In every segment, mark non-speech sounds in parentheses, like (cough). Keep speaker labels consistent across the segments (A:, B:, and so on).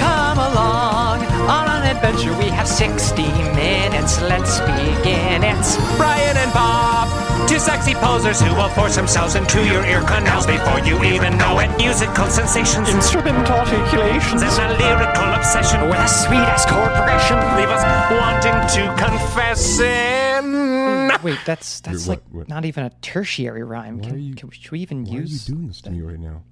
A: Come along on an adventure. We have 60 minutes. Let's begin. It's Brian and Bob, two sexy posers who will force themselves into your ear canals before you even know it. Musical sensations and
B: Instrument articulations.
A: a lyrical obsession with a sweetest corporation leave us wanting to confess in.
C: Wait, that's that's
D: what-
C: like
D: what-
C: not even a tertiary rhyme.
D: Why
C: Can,
D: are you-
C: can- should we even
D: Why
C: use?
D: are you doing this to me right now?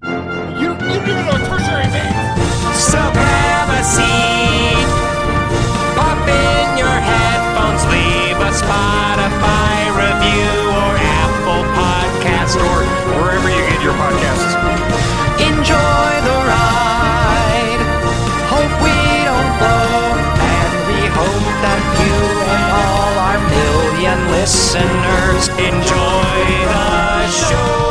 A: You, you don't even know what tertiary means. Supremacy. Pop in your headphones, leave a Spotify review or Apple Podcast or wherever you get your podcasts. Enjoy the ride. Hope we don't blow, and we hope that you and all our million listeners enjoy the show.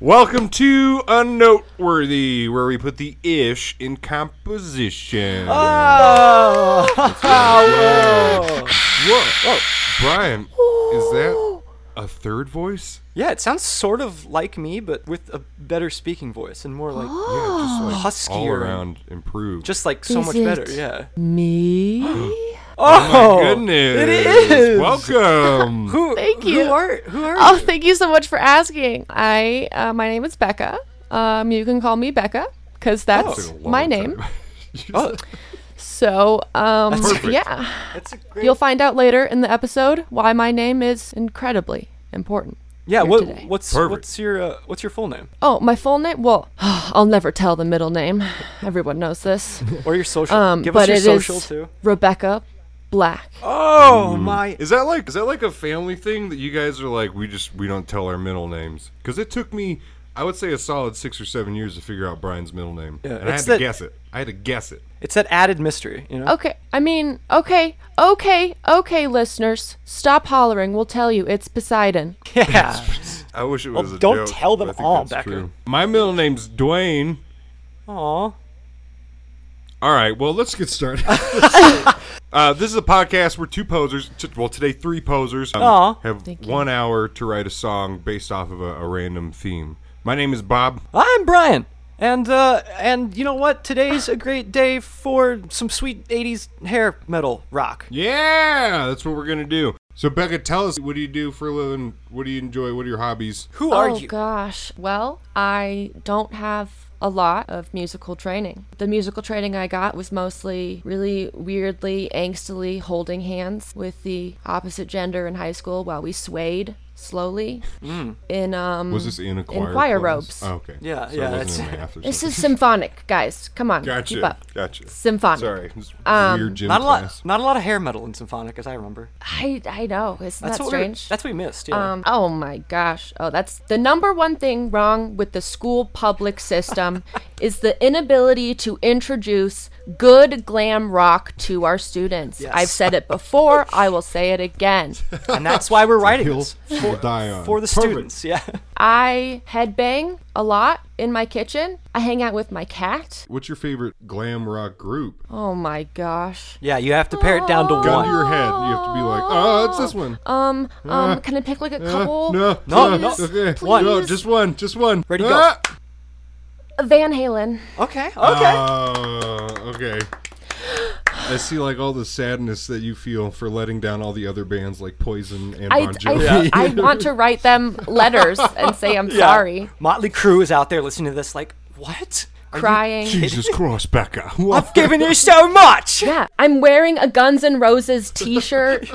D: Welcome to Unnoteworthy, where we put the ish in composition.
B: Uh,
C: Oh,
D: Whoa, whoa. Brian, is that a third voice?
B: Yeah, it sounds sort of like me, but with a better speaking voice and more like
D: Yeah, just like all
B: Huskier.
D: around improved.
B: just like so
E: Oh. Is
B: much
E: it-
B: better. Yeah.
D: oh,
B: Oh,
D: my goodness.
B: it is.
D: Welcome.
B: Who?
E: (gasps) Thank
B: Who
E: you.
B: are? Who are?
E: Oh,
B: you?
E: thank you so much for asking. I uh, my name is Becca. Um, you can call me Becca because that's
D: Took a long
E: my
D: time.
E: name.
B: Oh,
E: So um,
D: Perfect.
E: yeah,
B: that's a great.
E: you'll find out later in the episode why my name is incredibly important.
B: yeah.
E: here
B: What?
E: today.
B: What's?
D: Perfect.
B: What's your? Uh, what's your full name?
E: Oh, my full name? Well, (sighs) I'll never tell the middle name. Everyone
B: (laughs)
E: knows this.
B: Or your social?
E: Um,
B: Give us
E: but
B: your
E: it is
B: social
D: (laughs)
B: too.
E: Rebecca Black.
B: Oh my.
D: (laughs) Is that like is that like a family thing that you guys are like we just we don't tell our middle names? Because it took me, I would say, a solid six or seven years to figure out Brian's middle name,
B: Yeah,
D: and I had
B: it's
D: to
B: that-
D: guess it. I had to guess it.
B: It's that added mystery. You know.
E: Okay, I mean, okay, okay, okay, listeners, stop hollering. We'll tell you it's Poseidon.
B: Yeah.
D: I wish it was. a
B: don't
D: joke,
B: tell
D: but
B: them
D: I think
B: all,
D: that's
B: Becker.
D: true. My middle name's Dwayne.
B: Aw.
D: All right, well, let's get started. (laughs) uh, this is a podcast where two posers, t- well, today three posers, um,
B: Aw.
D: have one hour to write a song based off of a, a random theme. My name is Bob.
B: I'm Brian. And uh and you know what? Today's a great day for some sweet 80s hair metal rock.
D: Yeah, that's what we're gonna do. So, Becca, tell us, what do you do for a living? What do you enjoy? What are your hobbies?
B: Who are
E: oh
B: you?
E: gosh. Well, I don't have a lot of musical training. The musical training I got was mostly really weirdly, angstily holding hands with the opposite gender in high school while we swayed slowly
B: Mm.
E: in um
D: Was this in a choir?
E: choir
D: class?
E: robes.
D: Oh, okay.
B: Yeah,
D: So
B: yeah,
D: It
B: that's-
D: wasn't in math or
E: this
D: something.
E: is symphonic, guys. Come
D: (laughs)
E: on.
D: gotcha.
E: Keep up.
D: Gotcha.
E: Symphonic.
D: Sorry, it's weird gym
B: Not a
D: class.
B: lot not a lot of hair metal in symphonic as I remember.
E: I I know. Isn't
B: That's
E: that
B: what
E: strange?
B: We, that's what we missed, yeah.
E: Um, oh my gosh. Oh, that's the number one thing wrong with the school
B: (laughs)
E: public system is the inability to introduce good glam rock to our students.
B: Yes.
E: I've said
B: (laughs)
E: it before, I will say it again.
B: and that's why (laughs) we're writing
D: Hill
B: this
D: will die on.
B: for the
D: Perfect.
B: students, yeah.
E: I headbang a lot in my kitchen. I hang out with my cat.
D: What's your favorite glam rock group?
E: Oh my gosh.
B: (laughs) Yeah, you have to pare it
E: Oh.
B: down to
D: gun to
B: one.
D: your head. You have to be like, oh, it's this one.
E: Um, um, can I
B: (laughs)
E: pick like a
D: Uh,
E: couple?
D: no,
B: No,
D: uh,
B: no.
D: Okay.
B: One.
D: No, just one. Just one. Ah.
B: Ready, go.
E: Van Halen.
B: Okay, okay.
D: Uh, okay. I see, like all the sadness that you feel for letting down all the other bands, like Poison and
E: I,
D: Bon
E: I,
D: Jovi. (laughs)
E: I want to write them
B: (laughs)
E: letters and say I'm
B: Yeah.
E: sorry.
B: Motley Crue is out there listening to this like, "What? Are you-
E: Crying.
D: Jesus Christ,
E: (laughs)
D: Becca!
B: I've given you so much."
E: Yeah, I'm wearing a Guns N' Roses T-shirt,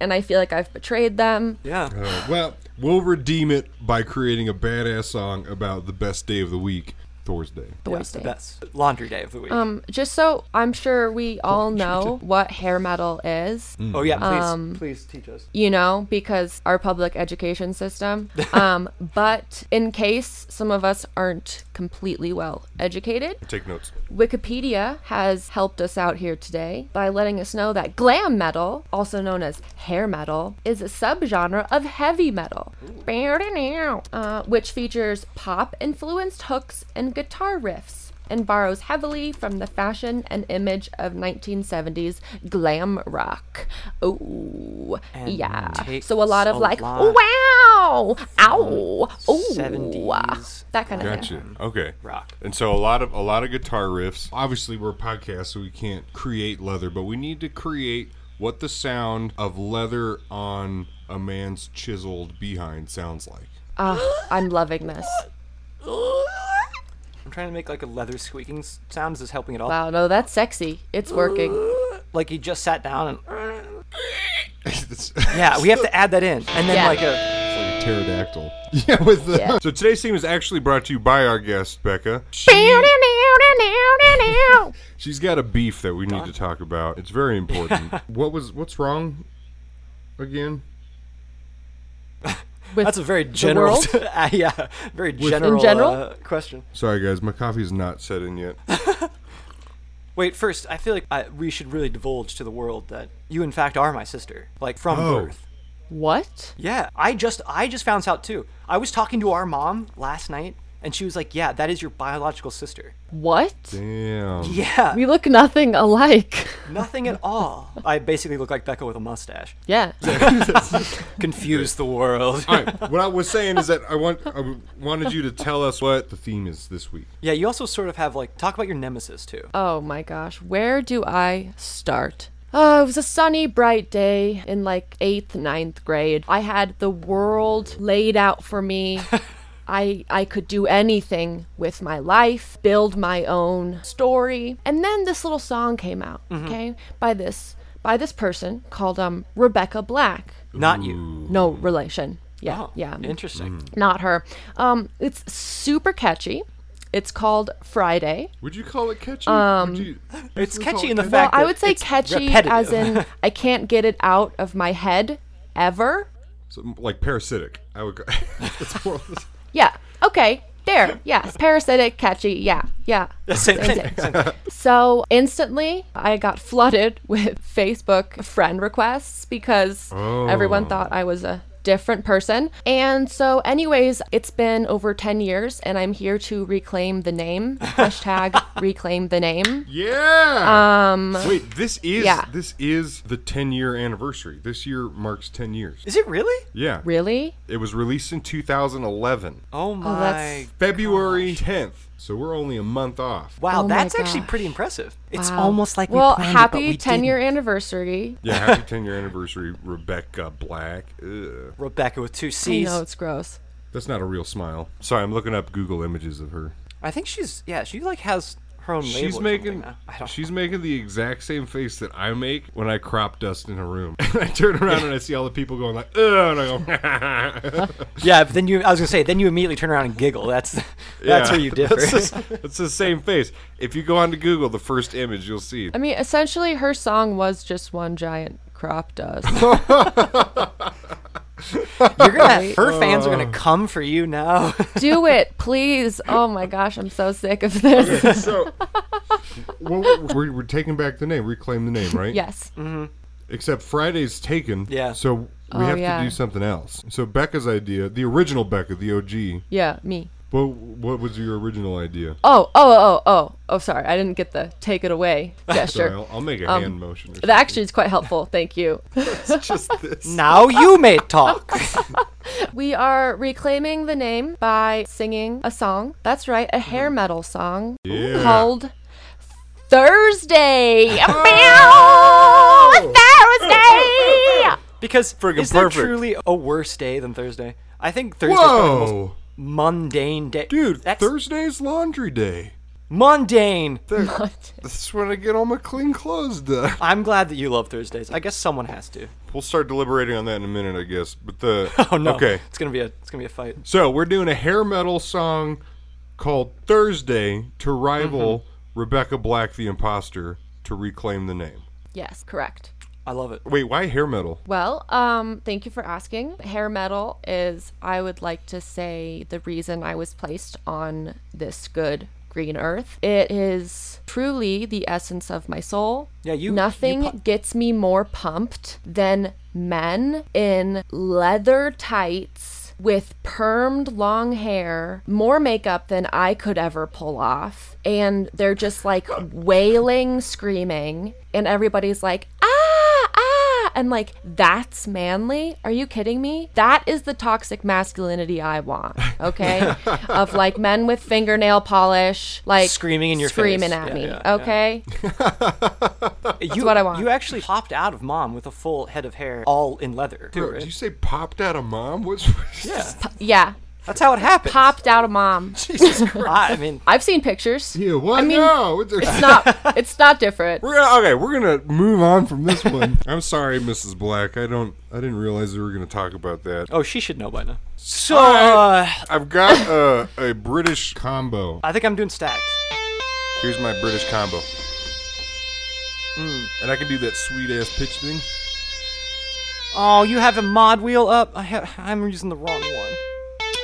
E: and I feel like I've betrayed them.
B: Yeah.
D: well, we'll redeem it by creating a badass song about the best day of the week. Thursday.
E: Thursday.
B: The best laundry day of the week.
E: Um, just so I'm sure we all know what hair metal is,
B: oh yeah, please,
E: um,
B: please teach us.
E: you know, because our public education system. Um, but in case some of us aren't completely well educated,
D: Take notes.
E: Wikipedia has helped us out here today by letting us know that glam metal, also known as hair metal, is a subgenre of heavy metal, uh, which features pop influenced hooks and guitar riffs. And borrows heavily from the fashion and image of 1970s glam rock. Oh,
C: And
E: yeah.
C: takes
E: So a lot of
C: a
E: like,
C: lot
E: wow, ow, ooh,
C: 70s
E: that kind of thing.
D: Gotcha. Okay.
B: rock.
D: And so a lot of a lot of guitar riffs. Obviously, we're a podcast, so we can't create leather, but we need to create what the sound of leather on a man's chiseled behind sounds like. (laughs)
E: Ah, I'm loving this.
B: I'm trying to make like a leather squeaking s- sound. Is this helping at all?
E: Wow, no, that's sexy. It's
B: (laughs)
E: working.
B: Like he just sat down and
D: It's-
B: yeah, we have (laughs) to add that in, and then
E: Yeah.
B: like a
D: like a pterodactyl. (laughs) Yeah, with the
E: Yeah.
D: So today's theme is actually brought to you by our guest, Becca. She- she's got a beef that we need to talk about. It's very (laughs) important. what was what's wrong again?
B: that's a very general, (laughs)
E: world?
B: Ah, yeah, very general,
E: general?
B: uh, question.
D: Sorry guys, my coffee's not set in (laughs) yet.
B: Wait, first, I feel like I, we should really divulge to the world that you, in fact, are my sister, like from
D: Oh.
B: birth.
E: What?
B: Yeah, I just I just found this out too. I was talking to our mom last night, and she was like, "Yeah, that is your biological sister." (laughs)
E: What?
D: Damn.
B: Yeah,
E: We look nothing alike. (laughs)
B: nothing at all. I basically look like Becca with a mustache.
E: Yeah.
B: Confuse the world.
D: All right, what I was saying is that I want I wanted you to tell us what the theme is this week.
B: (laughs) yeah, you also sort of have like talk about your nemesis too.
E: Oh my gosh, where do I start? Oh, it was a sunny, bright day in like eighth, ninth grade. I had the world laid out for
B: (laughs)
E: me. I, I could do anything with my life, build my own story. And then this little song came out,
B: Mm-hmm.
E: okay, by this by this person called um Rebecca Black.
B: Not you.
E: No relation. Yeah.
B: Oh,
E: yeah.
B: Interesting.
D: Mm.
E: Not her. Um it's super catchy. It's called Friday.
D: Would you call it catchy? Would you-
B: It's
D: would you call
B: catchy
D: it
B: in the
D: catchy?
B: fact
E: I
B: that
E: would say
B: it's
E: catchy
B: repetitive.
E: as in
B: (laughs)
E: I can't get it out of my head ever.
D: So, like parasitic. I would. go- (laughs) it's more.
E: Yeah. Okay. There. Yes. Parasitic, catchy. Yeah.
B: (laughs)
E: Yeah.
B: Same thing.
E: So instantly, I got flooded (laughs) with Facebook friend requests because everyone
B: Oh.
E: thought I was a different person. And so, anyways, it's been over 10 years, and I'm here to reclaim the
B: (laughs)
E: name. Hashtag reclaim the name.
D: Yeah. Um. Wait. This is.
E: yeah.
D: This is the 10 year anniversary. This year marks 10 years.
B: Is it really?
D: Yeah.
E: Really?
D: It was released in 2011,
B: Oh my.
E: that's-
D: February 10th. So we're only a month off.
B: Wow,
E: Oh my
B: that's actually
E: gosh.
B: pretty impressive. It's
E: Wow.
C: almost like we
E: well,
C: planned it, but
E: happy
C: we
E: 10 year
C: didn't.
E: anniversary.
D: Yeah. Happy 10 year anniversary, Rebecca Black. Ugh.
B: Rebecca with two
E: I
B: C's.
E: know it's gross.
D: That's not a real smile. Sorry, I'm looking up Google images of her.
B: I think she's yeah, she like has her own label.
D: She's
B: or
D: making
B: something. (laughs) I don't.
D: she's making the exact same face that I make when I crop dust in a room. (laughs) And I turn around and I see all the people going like, "Ugh," and I go, (laughs)
B: yeah, but then you. I was gonna say then you immediately turn around and giggle. That's (laughs) that's
D: Yeah.
B: where you differ.
D: (laughs) That's the- that's the same face. If you go on to Google, the first image you'll see.
E: I mean, essentially, her song was just one giant
D: (laughs)
E: crop dust.
B: (laughs) You're gonna. Her fans are
D: Uh.
B: gonna come for you now. (laughs)
E: Do it, please. Oh my gosh, I'm so sick of this.
D: So, well, we're, we're taking back the name, reclaim the
E: (laughs)
D: name, right?
E: (laughs) Yes.
D: Except Friday's taken.
B: Yeah.
D: So we
E: Oh,
D: have
E: yeah.
D: to do something else. So Becca's idea, the original Becca, the OG.
E: Yeah, me.
D: What what was your original idea?
E: Oh, oh, oh, oh. Oh, sorry. I didn't get the take it away
D: (laughs) Sorry,
E: gesture.
D: I'll, I'll make a hand motion. Or
E: Um, That actually is quite helpful.
D: (laughs)
E: Thank you.
D: something. It's just
E: (laughs)
D: this.
B: now you may talk. (laughs)
E: We are reclaiming the name by singing a song. That's right, a hair metal song
D: Mm-hmm. Yeah.
E: called
D: (laughs)
E: Thursday. Meow!
D: Oh. (laughs)
E: Thursday.
B: Because
D: Friggin'
B: is there
D: perfect.
B: truly a worse day than Thursday? I think Thursday's probably the most
D: Whoa,
B: mundane day.
D: dude!
B: that's
D: Thursday's laundry day.
B: mundane.
D: That's when I get all my clean clothes done.
B: I'm glad that you love Thursdays. I guess someone has to.
D: (laughs) We'll start deliberating on that in a minute, I guess. But the (laughs)
B: Oh no.
D: okay.
B: It's gonna be a. It's gonna be a fight.
D: So we're doing a hair metal song called Thursday to rival Rebecca Black the Imposter to reclaim the name.
E: Yes, correct.
B: I love it.
D: Wait, why hair metal?
E: Well, um, thank you for asking. Hair metal is, I would like to say, the reason I was placed on this good green earth. It is truly the essence of my soul.
B: Yeah, you- you
E: Nothing
B: pu-
E: gets me more pumped than men in leather tights with permed long hair, more makeup than I could ever pull off. And they're just like wailing, screaming, and everybody's like, ah, ah. And like, that's manly? Are you kidding me? That is the toxic masculinity I want, okay? of like men with fingernail polish, like
B: Screaming in your
E: screaming
B: face.
E: at
B: Yeah,
E: me,
B: yeah, yeah.
E: okay?
B: That's you,
E: what I want.
B: You actually popped out of mom with a full head of hair, all in leather. Too,
D: Bro,
B: right?
D: did you say popped out of mom? What's
B: yeah,
E: Yeah.
B: that's how it happened.
E: Popped out of mom.
B: Jesus Christ! (laughs) I mean,
E: I've seen pictures.
D: Yeah, what?
E: I mean,
D: no, it's-
E: it's not (laughs) it's not different.
D: We're gonna, okay, we're gonna move on from this one. (laughs) I'm sorry, Mrs. Black. I don't. I didn't realize we were gonna talk about that.
B: oh, she should know by now. So uh,
D: Alright, I've got uh, a British combo.
B: I think I'm doing stacked.
D: Here's my British combo. Hmm. And I can do that sweet ass pitch thing.
B: Oh, you have a mod wheel up. I ha- I'm using the wrong one.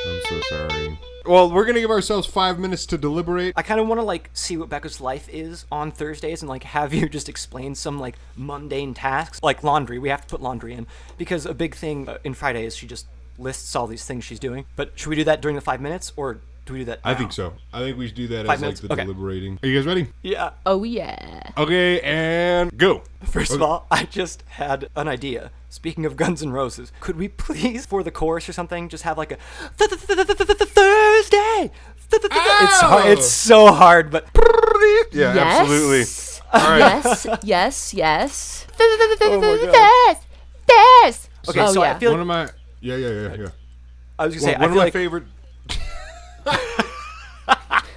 D: I'm so sorry. Well, we're gonna give ourselves five minutes to deliberate.
B: I kind of want to like see what Becca's life is on Thursdays and like have (laughs) you just explain some like mundane tasks like laundry. We have to put laundry in because a big thing uh, in Friday is she just lists all these things she's doing. But should we do that during the five minutes or do we do that?
D: I
B: now?
D: think so. I think we should do that
B: Five
D: as
B: minutes?
D: like the
B: Okay.
D: deliberating. Are you guys ready?
B: Yeah.
E: Oh yeah.
D: Okay, and go.
B: First of all, I just had an idea. Speaking of Guns N' Roses, could we please, for the chorus or something, just have like a th- th- th- th- th- th- Thursday? Th- th- th- It's hard. It's
D: Oh.
B: so hard, but
D: Yeah,
E: Yes.
D: absolutely. All right. Oh
E: yes, yes,
D: (laughs)
E: yes. Yes, yes.
B: okay.
E: Oh,
B: so
E: yeah.
B: I feel
D: One
B: like
D: of my. Yeah, yeah, yeah, yeah.
B: I was gonna
D: Well,
B: say I
D: one
B: feel
D: of my
B: like
D: (laughs) favorite.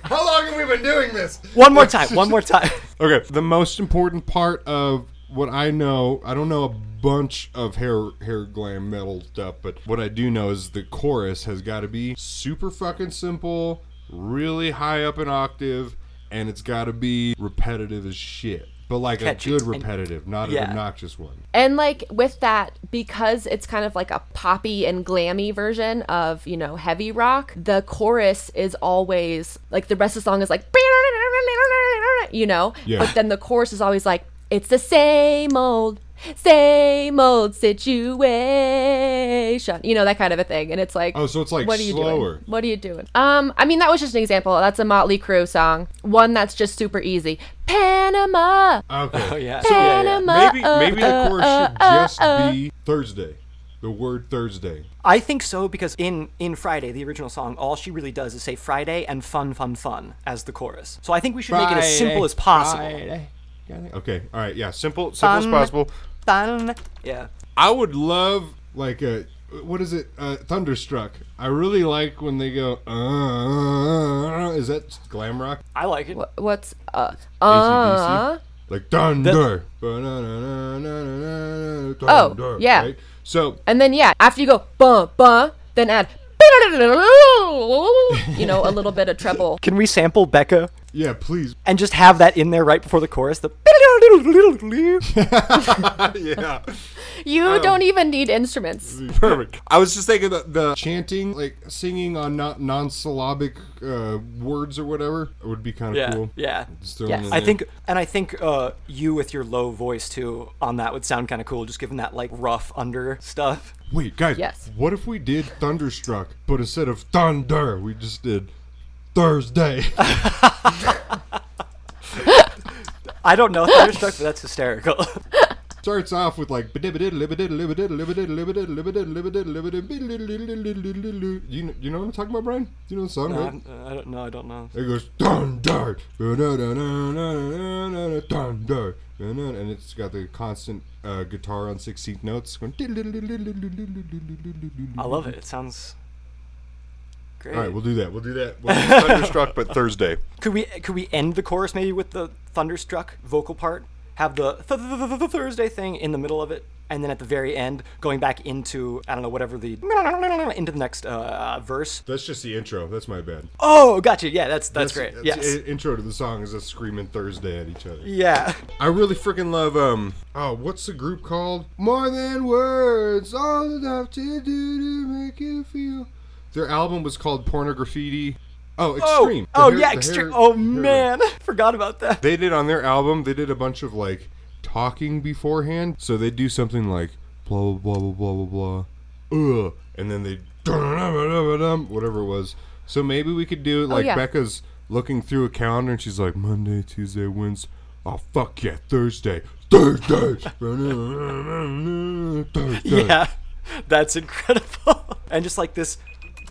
D: How long have we been doing this?
B: one
D: (laughs)
B: more time, one more time. (laughs)
D: Okay, the most important part of what I know, I don't know a bunch of hair hair glam metal stuff, but what I do know is the chorus has got to be super fucking simple, really high up an octave, and it's got to be repetitive as shit. But like
B: Catchy.
D: a good
B: And-
D: repetitive, not
B: yeah.
D: an obnoxious one.
E: And like with that, because it's kind of like a poppy and glammy version of, you know, heavy rock, the chorus is always like the rest of the song is like, you know,
D: Yeah.
E: but then the chorus is always like, it's the same old, same old situation, you know, that kind of a thing. And it's like,
D: Oh, so it's like
E: what are you
D: slower.
E: doing? What are you doing? Um, I mean, that was just an example. That's a Motley Crue song, one that's just super easy. Panama,
B: (laughs)
D: Okay.
B: Oh yeah. yeah, yeah.
E: Panama.
D: Maybe
E: uh,
D: maybe the
E: uh,
D: chorus
E: uh,
D: should
E: uh,
D: just
E: uh.
D: be Thursday. The word Thursday.
B: I think so because in in Friday, the original song, all she really does is say Friday and fun, fun, fun as the chorus. So I think we should make it as simple as possible.
D: Okay. All right. Yeah. Simple. Simple as possible.
B: Fun. Yeah.
D: I would love like a what is it? Uh, Thunderstruck. I really like when they go. Uh, is that glam rock?
B: I like it.
E: What's uh
D: AC/DC?
E: uh
D: Like thunder. Ba-na-na-na-na-na-na, thunder,
E: Oh, yeah.
D: right? So
E: and then yeah, after you go bum bum, then add you know, a little bit of treble.
B: Can we sample Becca
D: yeah,
E: (laughs)
D: please. (laughs)
B: and just have that in there right before the chorus? The (laughs)
D: yeah.
E: You don't even need instruments.
D: Perfect. I was just thinking the, the chanting, like singing on not non-syllabic uh, words or whatever, would be kind of
B: yeah,
D: cool.
B: yeah.
D: Just throwing
E: Yes.
D: it
B: I
D: in.
B: think, and I think uh, you with your low voice too on that would sound kind of cool, just given that like rough under stuff.
D: Wait, guys.
E: Yes.
D: What if we did Thunderstruck, but instead of thunder, we just did Thursday?
B: I don't know if (laughs) they're stuck, but that's hysterical.
D: Starts off with like you know, you know what I'm talking about, Brian? You know the song, right?
B: I'm- (laughs) I don't know. I don't know.
D: It goes thunder, thunder, and it's got the constant uh, guitar on sixteenth notes. Going
B: I love it. It sounds great.
D: All right, we'll do that. We'll do that. We'll do Thunderstruck, but Thursday.
B: could we could we end the chorus maybe with the thunderstruck vocal part? Have the th- th- th- th- Thursday thing in the middle of it. and then at the very end going back into I don't know whatever the into the next uh, verse.
D: That's just the intro. That's my bad.
B: Oh, gotcha. Yeah, that's that's, great. yes.
D: i- intro to the song is us screaming Thursday at each other.
B: yeah.
D: I really freaking love um oh what's the group called? More than words, all enough to do to make you feel. Their album was called Pornograffiti.
B: Oh,
D: Oh, extreme. The
B: oh
D: hair-
B: yeah,
D: the
B: extreme.
D: hair-
B: Oh
D: hair-
B: man, (laughs) forgot about that.
D: They did on their album. They did a bunch of like talking beforehand. So they would do something like blah blah blah blah blah blah blah, ugh, and then they (laughs) whatever it was. So maybe we could do it like
E: yeah.
D: Becca's looking through a calendar and she's like Monday, Tuesday, Wednesday. Oh fuck yeah, Thursday. Thursday. Thursday.
B: Yeah, that's incredible. (laughs) and just like this,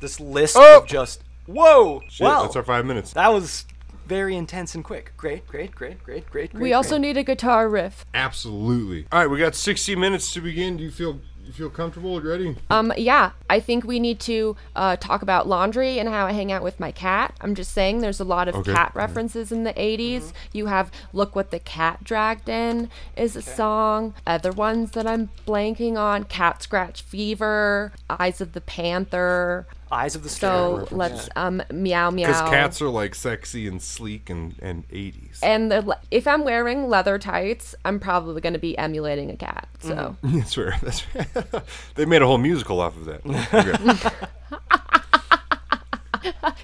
B: this list
D: Oh!
B: of just whoa,
D: Shit,
B: wow,
D: that's our five minutes.
B: that was very intense and quick. Great, great, great, great, great. great
E: We also
B: great.
E: need a guitar riff.
D: Absolutely. All right, we got 60 minutes to begin. Do you feel you feel comfortable and ready?
E: Um, yeah, I think we need to uh, talk about laundry and how I hang out with my cat. I'm just saying there's a lot of
D: Okay.
E: cat references in the 80s. You have Look What the Cat Dragged In is a song. Other ones that I'm blanking on Cat Scratch Fever, Eyes of the Panther.
B: eyes of the storm.
E: So let's um, meow meow.
D: Because cats are like sexy and sleek and, and 80s.
E: and the, le- if I'm wearing leather tights, I'm probably going to be emulating a cat. So.
D: (laughs) That's fair. That's fair. (laughs) they made a whole musical off
B: (laughs)
D: of that. Okay.
E: (laughs)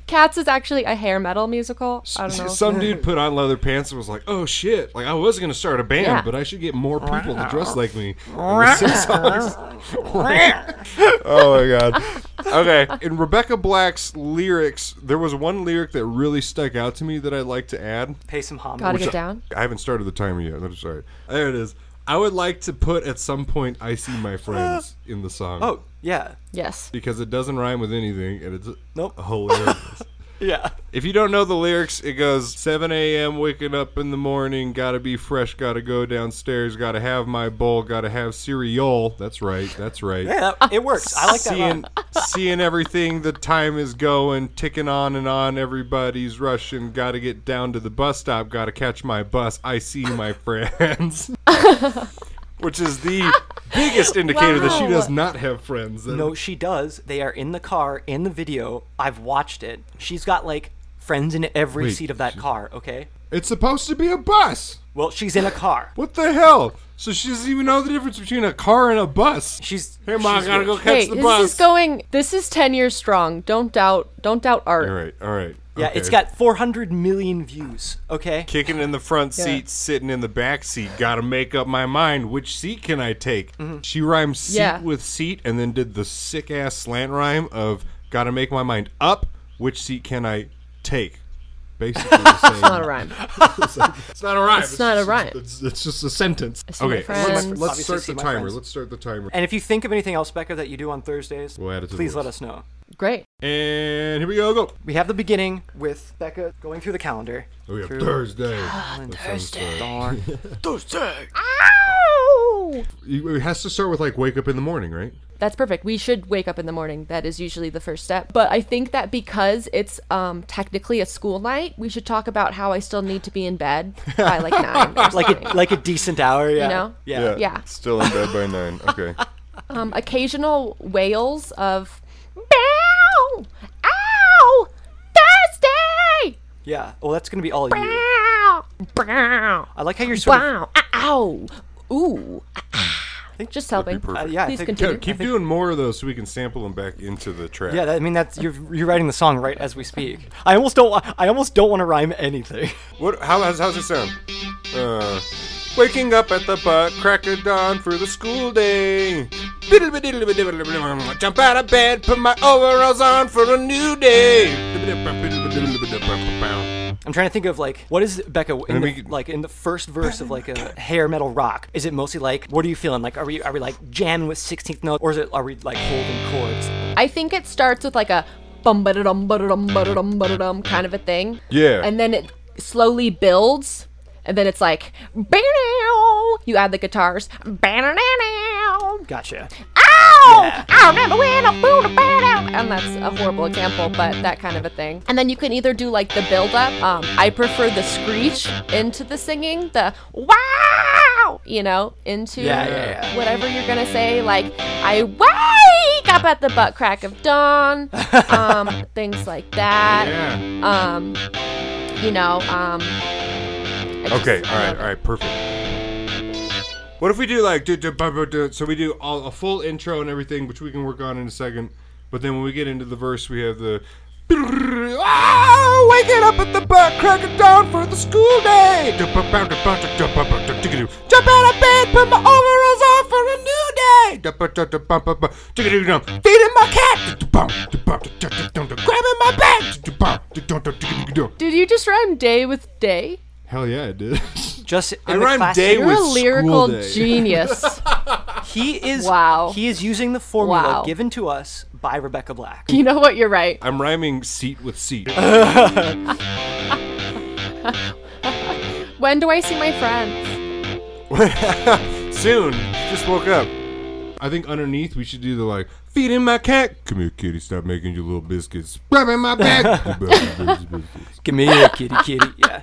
E: Cats is actually a hair metal musical. (laughs) I don't know.
D: Some dude put on leather pants and was like, "Oh shit! Like I was gonna start a band,
E: Yeah.
D: but I should get more people to dress
B: (laughs)
D: like me." and sing (laughs) songs." oh my god. Okay. In Rebecca Black's lyrics, there was one lyric that really stuck out to me that I'd like to add.
B: Pay some homage.
E: Gotta get down.
D: I haven't started the timer yet. I'm sorry. There it is. I would like to put at some point "I see
B: (laughs)
D: my friends" in the song.
B: Oh yeah,
E: Yes.
D: because it doesn't rhyme with anything, and it's
B: Nope. (laughs)
D: hilarious.
B: yeah.
D: if you don't know the lyrics, it goes 7 a.m. waking up in the morning, gotta be fresh, gotta go downstairs, gotta have my bowl, gotta have cereal. That's right. That's right.
B: Yeah, that- it works. I like that.
D: Seeing,
B: line. (laughs)
D: seeing everything, the time is going, ticking on and on. Everybody's rushing. Got to get down to the bus stop. Got to catch my bus. I
B: (laughs)
D: see my friends, which is the biggest indicator that she does not have friends. That-
B: No, she does. They are in the car in the video. I've watched it. She's got like friends in every
D: Wait,
B: seat of that car. Okay.
D: It's supposed to be a bus.
B: Well, she's in a car.
D: What the hell? So she doesn't even know the difference between a car and a bus.
B: She's
D: Hey, mom,
B: she's
D: gotta go
B: rich.
D: catch
E: Hey,
D: the
E: this
D: bus.
E: is going. This is ten years strong. Don't doubt. Don't doubt art.
D: all right, all right.
B: Yeah,
D: okay.
B: it's got 400 million views. Okay.
D: kicking in the front seat, sitting in the back seat. Gotta make up my mind. Which seat can I take?
B: Mm-hmm.
D: She rhymes seat
E: Yeah.
D: with seat and then did the sick ass slant rhyme of gotta make my mind up. Which seat can I take? Basically,
E: (laughs)
D: the same. it's
E: Not a rhyme.
D: It's not a rhyme. It's,
E: not a
D: just-
E: rhyme.
D: It's, it's just a sentence.
E: my
D: Okay, let's,
E: friends.
D: let's
B: Obviously,
D: start
B: see
D: the
B: my
D: timer.
B: friends.
D: Let's start the timer.
B: And if you think of anything else, Becca, that you do on Thursdays,
D: We'll add it to the
B: please let
D: list.
B: us know.
E: Great.
D: And here we go. Go.
B: We have the beginning with Becca going through the calendar.
D: Oh yeah,
B: Through-
D: Thursday.
B: Darn.
D: (laughs) You- It has to start with like wake up in the morning, right?
E: That's perfect. We should wake up in the morning. That is usually the first step. But I think that because it's um, technically a school night, we should talk about how I still need to be in bed by like
D: (laughs)
E: nine. or
B: like
E: something.
B: a like a decent hour. Yeah.
E: know?
B: Yeah.
E: Yeah.
D: Still in bed by nine. Okay.
E: um, occasional wails of bow, ow, Thursday,
B: Yeah. Well, that's gonna be all you.
E: ow, bow.
B: I like how you're sort of.
E: Wow. Ow. Ooh. Ah. Just helping.
D: be
B: Uh,
D: perfect.
B: yeah. I
E: Please
B: think,
E: continue.
D: Keep doing more of those so we can sample them back into the track.
B: Yeah. That, I mean, that's you're you're writing the song right as we speak. I almost don't. wa- I almost don't want to rhyme anything. (laughs)
D: What? How, how's, how's it sound? Uh, waking up at the butt crack of dawn for the school day. Jump out of bed, put my overalls on for a new day.
B: I'm trying to think of like what is Becca in
D: And
B: the,
D: we could-
B: like in the first verse of like a hair metal rock. Is it mostly like what are you feeling? Like are we are we like jamming with 16th note or is it are we like holding chords?
E: I think it starts with like a bum ba da dum ba da dum ba da dum ba da dum kind of a thing.
D: Yeah.
E: And then it slowly builds, and then it's like bam. You add the guitars. Bam.
B: Gotcha.
E: I remember when I pulled a bat out. And that's a horrible example, but that kind of a thing. And then you can either do like the build up. Um, I prefer the screech into the singing, the wow, you know, into
B: Yeah, yeah, yeah.
E: whatever you're going to say. Like, I wake up at the butt crack of
D: (laughs)
E: dawn, um, things like that.
D: Yeah.
E: Um, you know, um, I just-
D: Okay.
E: I
D: All right.
E: love it.
D: All right. Perfect. What if we do like do, do, bu- bu- do, so we do all, a full intro and everything, which we can work on in a second. But then when we get into the verse, we have the. Ah, waking up at the butt crack of dawn for the school day. Jump out of bed, put my overalls on for a new day. Feeding my cat. Grabbing my bag.
E: Did you just rhyme day with day?
D: Hell yeah, it did.
B: Just in
D: I
B: the
D: rhymed
B: classic-
D: day It
E: You're a
D: was school
E: lyrical
D: day. (laughs)
E: genius.
B: He is
E: Wow.
B: He is using the formula
E: Wow.
B: given to us by Rebecca Black.
E: (laughs) you know what? You're right.
D: I'm rhyming seat with seat. (laughs)
E: When do I see my friends?
D: Soon. Just woke up. I think underneath we should do the like feeding my cat. Come here, kitty. Stop making your little (laughs) biscuits. Rubbing my (laughs) back.
B: Give me a kitty, kitty.
E: (laughs)
B: Yeah.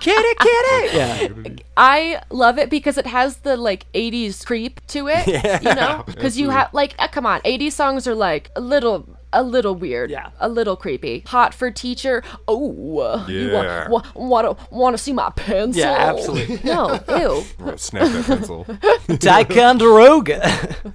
B: kitty, kitty. Yeah.
E: I love it because it has the like 80s creep to
D: (laughs)
E: it. You know? Because
D: Mm-hmm.
E: you have like, uh, come on, 80s songs are like a little. A little weird,
B: Yeah.
E: A little creepy. Hot for teacher. Oh, uh, you
D: Yeah.
E: want want to want to see my pencil?
B: Yeah, absolutely.
E: (laughs) No, ew.
D: Right, snap that (laughs) pencil.
B: (laughs) Ticonderoga.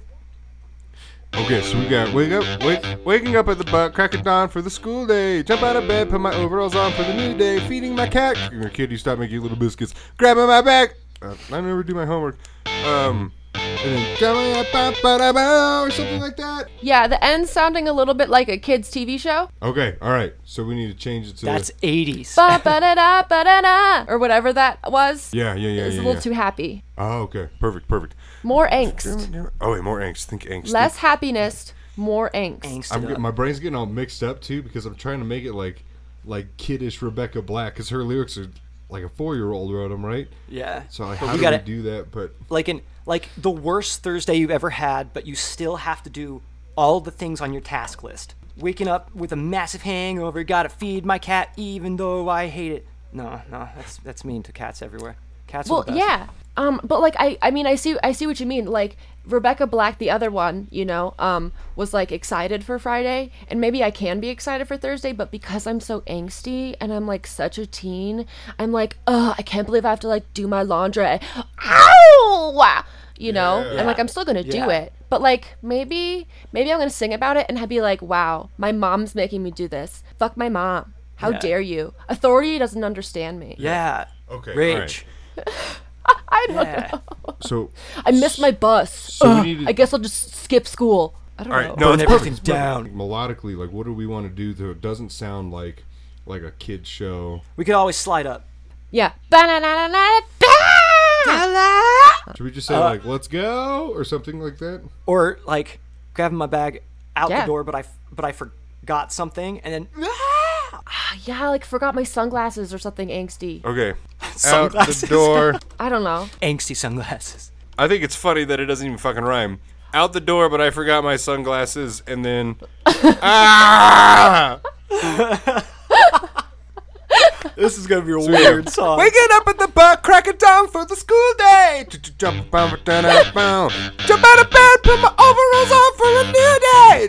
D: Okay, so we got wake up, wake, waking up at the butt crack of dawn for the school day. Jump out of bed, put my overalls on for the new day. Feeding my cat. Come here, kitty. Stop making your little biscuits. Grabbing my back. Uh, I never do my homework. Um, and then jumping up, up, ba, da, ba, or something like that.
E: Yeah, the end sounding a little bit like a kids' TV show. (laughs)
D: Okay, all right. So we need to change it to
B: That's 80s.
E: Ba ba da da ba da da, or whatever that was.
D: yeah, yeah, yeah,
E: It's
D: yeah.
E: a little
D: yeah.
E: too happy.
D: oh, okay, perfect, perfect.
E: More angst.
D: Oh wait, more angst. Think angst.
E: Less happiness, more angst.
B: Angst
D: I'm
B: it
D: get,
B: up.
D: my brain's getting all mixed up too because I'm trying to make it like like kiddish Rebecca Black because her lyrics are like a four year old wrote them, right?
B: yeah.
D: So like,
B: But
D: how
B: we
D: do
B: gotta-
D: we do that? But
B: like in like the worst Thursday you've ever had, but you still have to do all the things on your task list. Waking up with a massive hangover, gotta feed my cat even though I hate it. No, no, that's that's mean to cats everywhere. Cats are
E: well,
B: the best.
E: yeah. Um, but like I, I mean, I see, I see what you mean. Like Rebecca Black, the other one, you know, um, was like excited for Friday, and maybe I can be excited for Thursday, but because I'm so angsty and I'm like such a teen, I'm like, oh, I can't believe I have to like do my laundry. Ow! You know, and like I'm still gonna do
B: Yeah.
E: it, but like maybe, maybe I'm gonna sing about it and I'd be like, wow, my mom's making me do this. Fuck my mom. How
B: Yeah.
E: dare you? Authority doesn't understand me.
B: Yeah.
D: Okay,
B: Rage.
E: I don't know.
B: Yeah.
D: so
E: I missed my bus.
D: So we
E: Ugh,
D: need to-
E: I guess I'll just skip school. I don't
D: all
E: know.
D: right, no,
B: Burn
D: it's
B: everything
D: perfect. it's
B: down.
D: perfect. Melodically, like, what do we want to do so it doesn't sound like like a kid show?
B: We could always slide up.
E: Yeah. Ba-na-na-na-na-na.
D: Should we just say like "Let's go" or something like that?
B: Or like grabbing my bag out
E: Yeah.
B: the door, but I f- but I forgot something, and then
E: Yeah, I, like forgot my sunglasses or something angsty.
D: Okay, out the
B: Sunglasses.
D: door.
E: I don't know.
B: angsty sunglasses.
D: I think it's funny that it doesn't even fucking rhyme. Out the door, but I forgot my sunglasses, and then ah,
B: This is gonna be a
D: weird
B: song.
D: waking up at the butt crack of dawn for the school day. Jump out of bed, put my overalls on for a new day.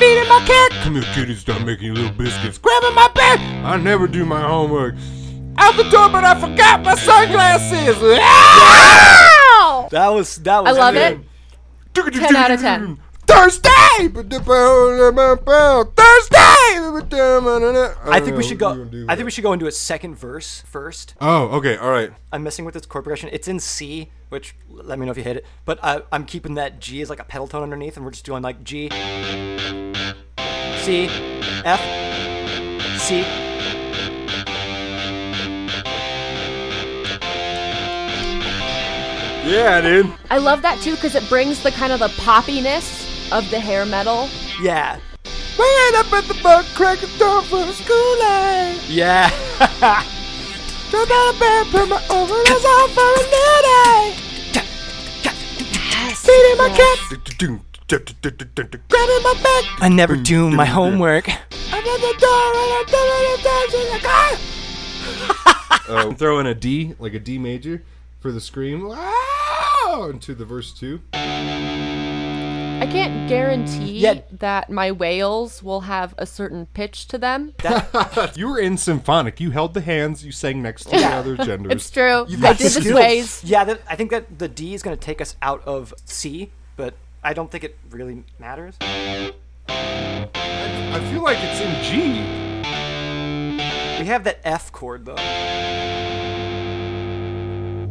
D: Feeding my cat. Come here, kitty, stop making your little biscuits. Grabbing my bed. I never do my homework. Out the door, but I forgot my sunglasses. Ah!
B: That was that
E: I
B: was.
E: love
B: good.
E: it. 10 out of 10.
D: Thursday! Thursday!
B: I think we should go. I think we should go into a second verse first.
D: Oh, okay, alright.
B: I'm messing with its chord progression. It's in C, which let me know if you hit it. But I, I'm keeping that G as like a pedal tone underneath, and we're just doing like G, C, F, C.
D: Yeah, dude.
E: I love that too because it brings the kind of the poppiness of the hair metal.
B: Yeah,
D: Waking up at the butt crack of dawn for the school day.
B: yeah. (laughs)
D: Jump out of bed, put my overalls on for a new day.
E: Yes.
C: Feeding my cat. Grabbing my back.
B: I never do my homework.
C: I'm at the door and I'm doing it dance in the
D: (laughs)
C: car.
D: Uh, throw in a D, like a D major, for the scream. Wow! Into the verse two.
E: I can't guarantee
B: Yeah.
E: that my wails will have a certain pitch to them.
D: You were in symphonic. You held the hands. You sang next to the
E: (laughs)
D: other genders.
E: It's true.
B: You've
E: I
B: got
E: did the
B: skills.
E: sways.
B: Yeah, that, I think that the D is going to take us out of C, but I don't think it really matters.
D: I feel like it's in G.
B: We have that F chord though.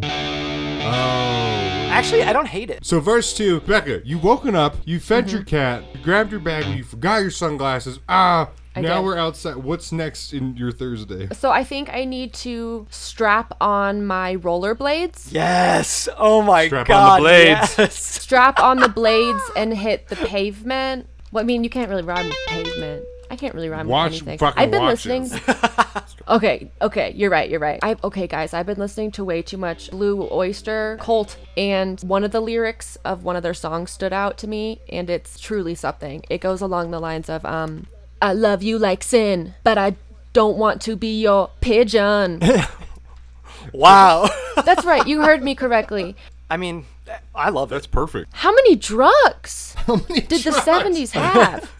D: Oh.
B: Actually, I don't hate it.
D: So verse two, Becca, you woken up, you fed your
E: Mm-hmm.
D: cat, you grabbed your bag, and you forgot your sunglasses. Ah,
E: I
D: now
E: did.
D: we're outside. What's next in your Thursday?
E: So I think I need to strap on my rollerblades,
B: Yes. Oh my
D: Strap on the
B: god.
A: blades.
B: yes.
E: strap on the blades, and hit the pavement. Well, I mean, you can't really rhyme with pavement. I can't really rhyme
D: Watch
E: with anything.
D: fucking
E: I've been
D: watch
E: listening.
D: (laughs)
E: okay, okay, you're right, you're right. I okay, guys, I've been listening to way too much Blue Oyster Cult, and one of the lyrics of one of their songs stood out to me, and it's truly something. It goes along the lines of, um, "I love you like sin, but I don't want to be your
D: (laughs)
E: pigeon."
B: Wow. (laughs)
E: That's right, you heard me correctly.
B: I mean, I love it.
D: That's (laughs) perfect.
E: How many drugs did the
D: Drugs.
E: seventies have?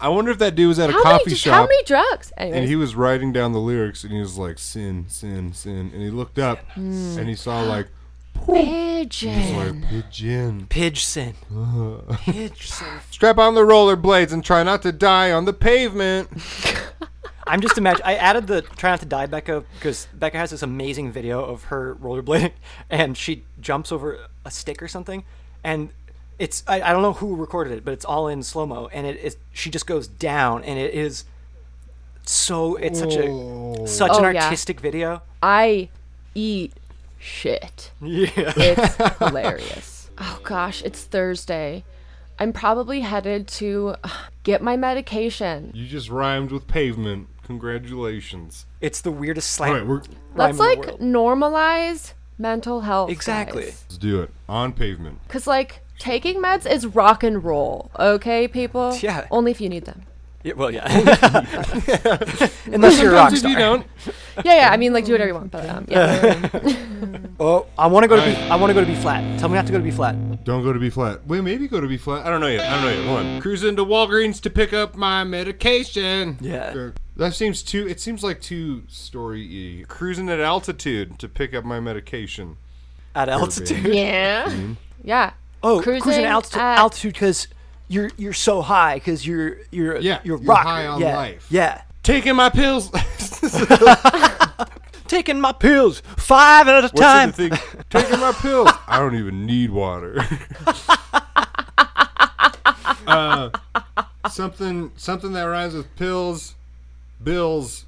D: I wonder if that dude was at a
E: How
D: coffee
E: many?
D: shop.
E: How many drugs?
D: and
E: Anyways,
D: he was writing down the lyrics and he was like sin sin sin and he looked up
E: Hmm.
D: and he saw like
E: pigeon.
D: like pigeon (laughs)
B: Pidgeson. Pidgeson.
D: strap on the rollerblades and try not to die on the pavement
B: I'm just imagine. I added the try not to die Becca because Becca has this amazing video of her rollerblading, (laughs) and she jumps over a stick or something, and it's I, I don't know who recorded it, but it's all in slow mo, and it is she just goes down, and it is so it's such a such an
E: Oh, yeah.
B: artistic video.
E: I eat shit.
B: Yeah.
E: It's
B: (laughs)
E: hilarious. Oh gosh, it's Thursday. I'm probably headed to uh, get my medication.
D: you just rhymed with pavement congratulations
B: It's the weirdest
D: all
B: slang.
D: right we're
B: rhyme in
E: Let's
B: the
E: like
B: world.
E: normalize mental health.
B: Exactly.
D: let's do it on pavement
E: Because like taking meds is rock and roll, okay, people?
B: Yeah.
E: Only if you need them.
B: Yeah, well, yeah. (laughs) Unless you're a rock
D: Sometimes if
B: star.
D: you don't
E: Yeah, yeah. I mean, like do whatever you want, but um,
B: (laughs)
E: yeah.
B: Oh, I want to go to B.
D: Alright.
B: I want to go to B flat. Tell me not to go to B flat.
D: don't go to B flat wait maybe go to B flat I don't know yet I don't know yet hold on cruise into Walgreens to pick up my medication
B: Yeah.
D: Sure. that seems too it seems like too story e cruising at altitude to pick up my medication
B: At altitude.
E: yeah. Yeah.
B: (laughs) Oh, cruising,
E: Cruising
B: at altitude
E: at-
B: altitude because you're you're so high because you're you're
D: Yeah,
B: you're,
D: you're
B: rock-
D: high on
B: yeah,
D: life.
B: Yeah,
D: taking my pills. (laughs)
B: taking my pills five at a time.
D: What's in the (laughs) thing? Taking my pills. I don't even need water. (laughs) Uh, something something that rhymes with pills, bills,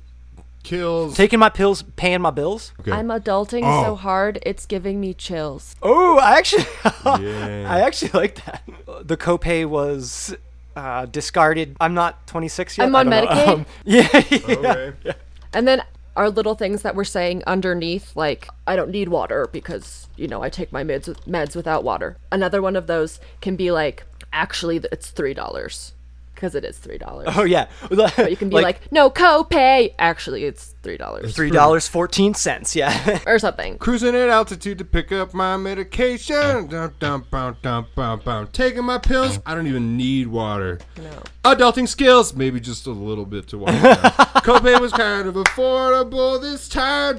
B: (laughs)
D: kills.
B: Taking my pills, paying my bills.
D: okay.
E: I'm adulting
D: Oh.
E: so hard it's giving me chills.
B: Oh, I actually, (laughs)
D: Yeah.
B: I actually like that. The copay was uh, discarded. I'm not 26 yet.
E: I'm
B: I
E: on
B: don't know.
E: Medicaid.
B: Um, (laughs) yeah, yeah.
D: okay.
E: And then are little things that we're saying underneath, like I don't need water because you know I take my meds meds without water. Another one of those can be like, actually, th- it's three dollars because it is three dollars.
B: Oh yeah.
E: But you can be like, no copay. Actually, it's three dollars
B: three dollars fourteen cents. Yeah. (laughs)
E: or something.
D: Cruising at altitude to pick up my medication. Dum, dum, bum, dum, bum, bum. Taking my pills. I don't even need water. No. Adulting skills. Maybe just a little bit to water.
B: (laughs)
D: Copay was kind of affordable this time.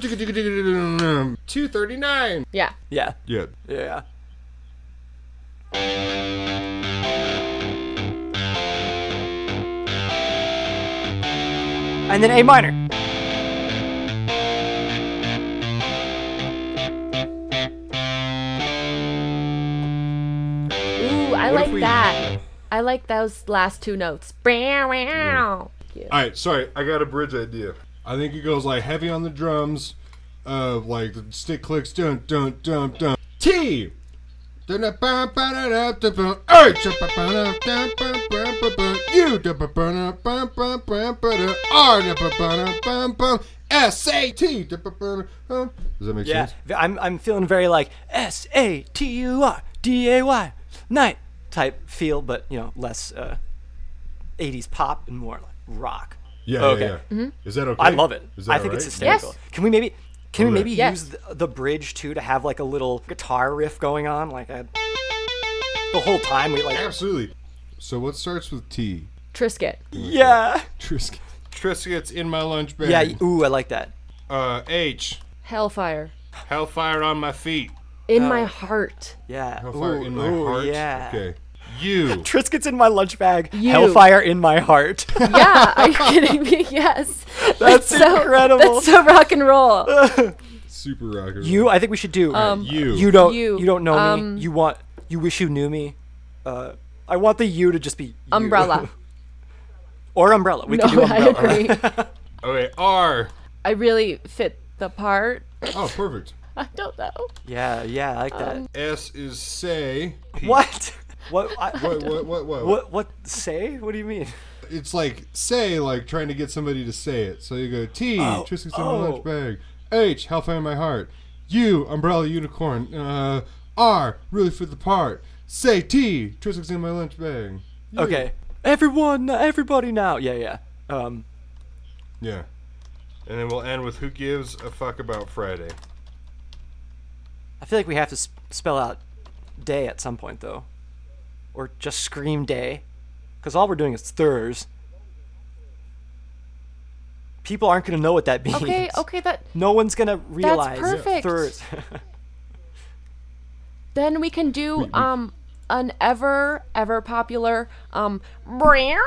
D: Two thirty nine.
E: Yeah,
B: yeah.
D: Yeah.
B: Yeah. And then A minor.
E: ooh, I
D: What if
E: like
D: we-
E: that. I like those last two notes. Yeah.
D: All right. Sorry, I got a bridge idea. I think it goes like heavy on the drums, uh, like the stick clicks. Dun dun dun dun. T. U. S A T. Does that make
B: Yeah.
D: sense?
B: I'm, I'm feeling very like S A T U R D A Y night type feel, but you know less uh, 80s pop and more like rock.
D: Yeah,
B: Okay.
D: yeah, yeah. Is that okay?
B: I love it.
D: Is that
B: I think it's
D: alright?
B: hysterical. Can we maybe can we
D: Love it.
B: maybe
E: Yes.
B: use the, the bridge too to have like a little guitar riff going on, like a, the whole time we like
D: Absolutely. So what starts with T?
E: Trisket.
B: yeah (laughs)
D: Triscuit. Triscuit's in my lunch bag.
B: yeah. Ooh, I like that.
D: Uh, H.
E: Hellfire.
D: Hellfire on my feet.
E: In my heart.
B: Yeah.
D: Hellfire
B: Ooh,
D: in my
B: ooh,
D: heart.
B: Yeah.
D: Okay. You.
B: Triscuits in my lunch bag. Hellfire in my
E: (laughs)
B: heart.
E: Yeah,
B: (laughs)
E: are you kidding me? Yes. That's, so,
B: incredible.
E: That's so rock
B: (laughs)
E: and roll.
D: Super rocker.
B: you. I think we should do.
D: You.
B: you don't. You,
E: Um, You.
B: don't know
E: Um,
B: me. You want. You wish you knew me. Uh, I want the you to just be you.
E: Umbrella.
B: (laughs) or umbrella. We
E: No,
B: can do
E: (laughs) I
B: umbrella.
E: agree.
B: (laughs)
D: Okay. R.
E: I really fit the part. (laughs)
D: Oh, perfect.
E: I don't know.
B: Yeah. Yeah. I like that.
E: Um,
D: S is say. P.
B: what? What, I,
D: What, what? What? What?
B: What? What? Say? What do you mean?
D: It's like say, like trying to get somebody to say it. So you go T. Triscuit's in my lunch
B: oh.
D: bag. H. Hellfire in my heart. U. Umbrella unicorn. Uh, R. Really fit the part. Say T. Triscuit's in my lunch bag.
B: Okay. Everyone, everybody now. Yeah, yeah. Um,
D: Yeah. And then we'll end with who gives a fuck about Friday.
B: I feel like we have to sp- spell out day at some point though, or just scream day, because all we're doing is thurs. People aren't gonna know what that means.
E: Okay, okay, that
B: No one's gonna realize
E: perfect.
B: thurs. (laughs)
E: then we can do
B: Mm-hmm.
E: um an ever ever popular um (laughs)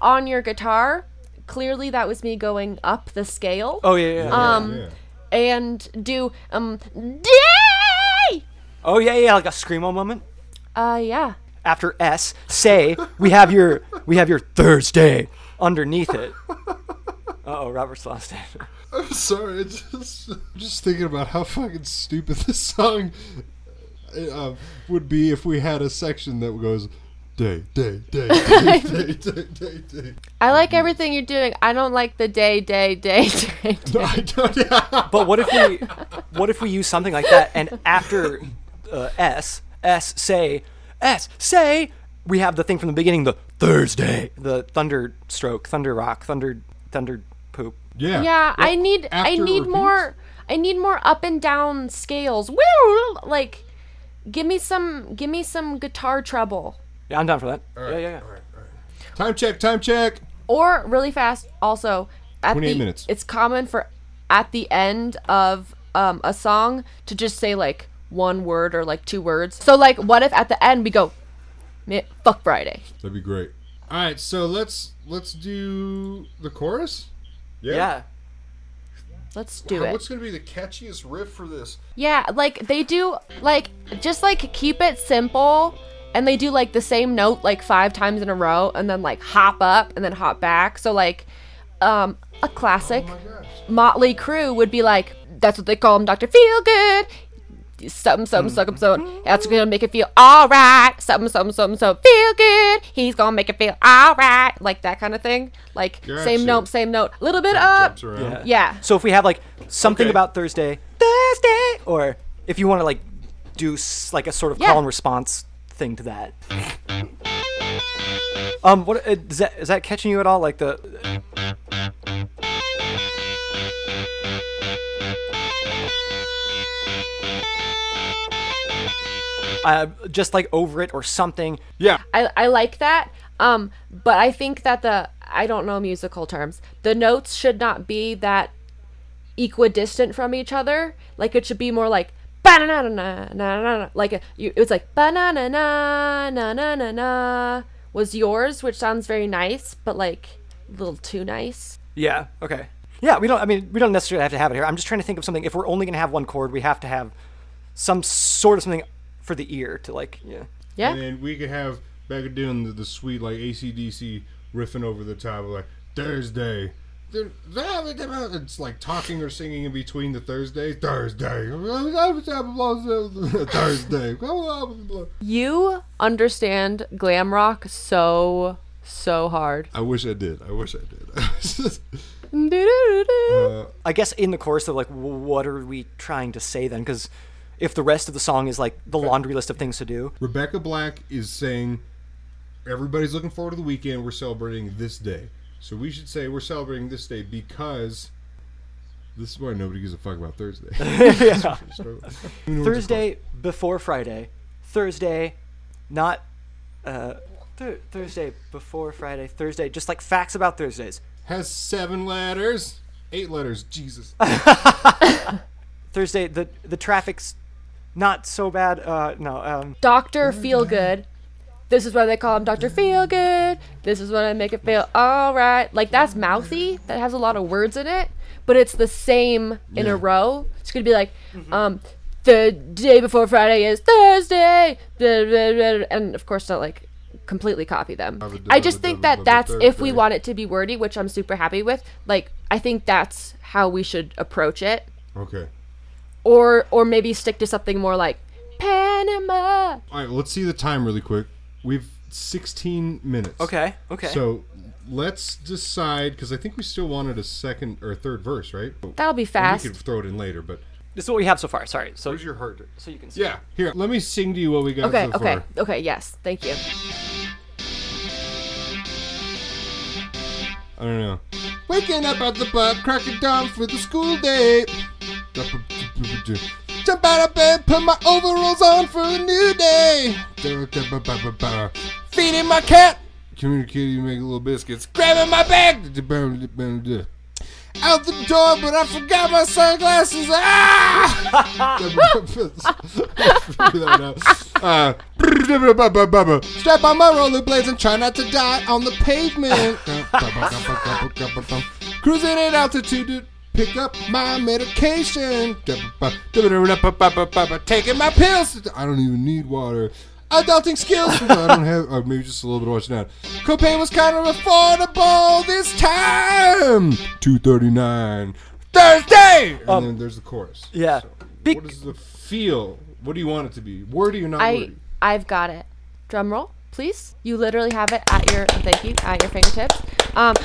E: on your guitar. Clearly that was me going up the scale.
B: oh yeah, yeah. yeah.
E: Um and do um day.
B: oh yeah, yeah. Like a screamo moment.
E: Uh yeah.
B: After S, say we have your we have your Thursday underneath
E: (laughs)
B: it. Uh oh, Robert's lost it. (laughs)
D: I'm (laughs) sorry. I just just thinking about how fucking stupid this song uh, would be if we had a section that goes day day day day day day day. day.
E: I
B: Mm-hmm.
E: like everything you're doing. I don't like the day day (laughs) day day. day.
D: No, I don't.
B: But what if we, what if we use something like that and after uh, S S say S say we have the thing from the beginning, the Thursday, the thunder stroke, thunder rock, thunder thunder poop.
D: yeah.
E: Yeah, I need I
D: after
E: need
D: reviews?
E: more I need more up and down scales. Woo! Like give me some give me some guitar treble
B: Yeah, I'm down for that. Yeah, yeah, yeah.
D: Time check. Time check.
E: or really fast also at
D: 28
E: the
D: minutes.
E: it's common for at the end of um, a song to just say like one word or like two words. So like what if at the end we go "Mi- fuck Friday.
D: That'd be great. All right. So let's let's do the chorus.
B: Yeah.
E: Let's do
D: Wow,
E: it.
D: What's gonna be the catchiest riff for this?
E: Yeah, like they do like just like keep it simple and they do like the same note like five times in a row and then like hop up and then hop back. So like um a classic Motley Crue would be like that's what they call him Dr. Feel Good. Something, something, something, something. That's gonna make it feel alright. Something, something, something, something. Feel good. He's gonna make it feel alright. Like that kind of thing. Like
D: Gotcha.
E: same note, same note. A little bit up.
D: Jumps around.
B: Yeah.
E: Yeah.
B: So if we have like something
D: Okay.
B: about Thursday, Thursday, or if you want to like do s- like a sort of
E: Yeah.
B: call and response thing to that. Um, what uh, is that? Is that catching you at all? Like the uh, just like over it or something.
D: Yeah.
E: I, I like that. Um, but I think that the I don't know musical terms. The notes should not be that equidistant from each other. Like it should be more like banana na na na na. Like a, you, it was like banana na na na na na was yours, which sounds very nice, but like a little too nice.
B: Yeah. Okay. Yeah, we don't. I mean, we don't necessarily have to have it here. I'm just trying to think of something. If we're only gonna have one chord, we have to have some sort of something for the ear to like. Yeah.
E: Yeah.
D: And then we could have back at doing the, the sweet like ACDC riffing over the top of like Thursday. They're- It's like talking or singing in between the Thursday, Thursday, (laughs) Thursday.
E: You understand glam rock so so hard.
D: I wish I did. I wish I did. (laughs)
E: Doo-doo-doo-doo.
B: I guess in the course of like, w- what are we trying to say then? Because if the rest of the song is like the laundry list of things to do.
D: Rebecca Black is saying, everybody's looking forward to the weekend. We're celebrating this day. So we should say we're celebrating this day because this is why nobody gives a fuck about Thursday. (laughs)
B: Thursday before Friday. Thursday, not uh, th- Thursday before Friday. Thursday, just like facts about Thursdays.
D: Has seven letters. Eight
B: (laughs)
D: letters. Jesus.
B: Thursday, the the traffic's not so bad. Uh, no, um,
D: Oh,
E: Dr. Feelgood. This is why they call him Dr. Feelgood. This is what I make it feel all right. Like that's mouthy. That has a lot of words in it, but it's the same in
D: Yeah. Mm-hmm.
E: a row. It's gonna be like, um, the day before Friday is Thursday, blah, blah, blah, blah, and of course not like completely copy them.
D: Have a
E: I just
D: dub,
E: think
D: dub,
E: that
D: dub,
E: that's
D: dub,
E: if we
D: dub.
E: want it to be wordy, which I'm super happy with. Like I think that's how we should approach it
D: Okay.
E: or or maybe stick to something more like Panama.
D: All right, let's see the time really quick. We've 16 minutes.
B: okay, okay.
D: So let's decide because I think we still wanted a second or third verse, right?
E: That'll be fast.
D: We could throw it in later, but
B: this is what we have so far. Sorry. So
D: where's your heart?
B: so you can see.
D: Yeah, here. Let me sing to you what we got
E: Okay,
D: so
E: okay,
D: far.
E: okay. Yes, thank you.
D: I don't know. Waking up at the pub, cracking down for the school day. Jump out of bed, put my overalls on for a new day. Feeding my cat. Communicating, making little biscuits. Grabbing my bag. Out the door, but I forgot my sunglasses. Ah! Figure that out. Uh, Strap on my rollerblades and try not to die on the pavement. Cruising at altitude to pick up my medication. Taking my pills. I don't even need water. Adulting skills. No, I don't have. Or maybe just a little bit of watching out. Copain was kind of affordable this time. Two thirty nine. Thursday. And then there's the chorus.
B: Yeah. Be-
D: What is the feel? What do you want it to be? Wordy or not
E: I
D: wordy?
E: I've got it. Drum roll, please. You literally have it at your thank you at your fingertips. Um,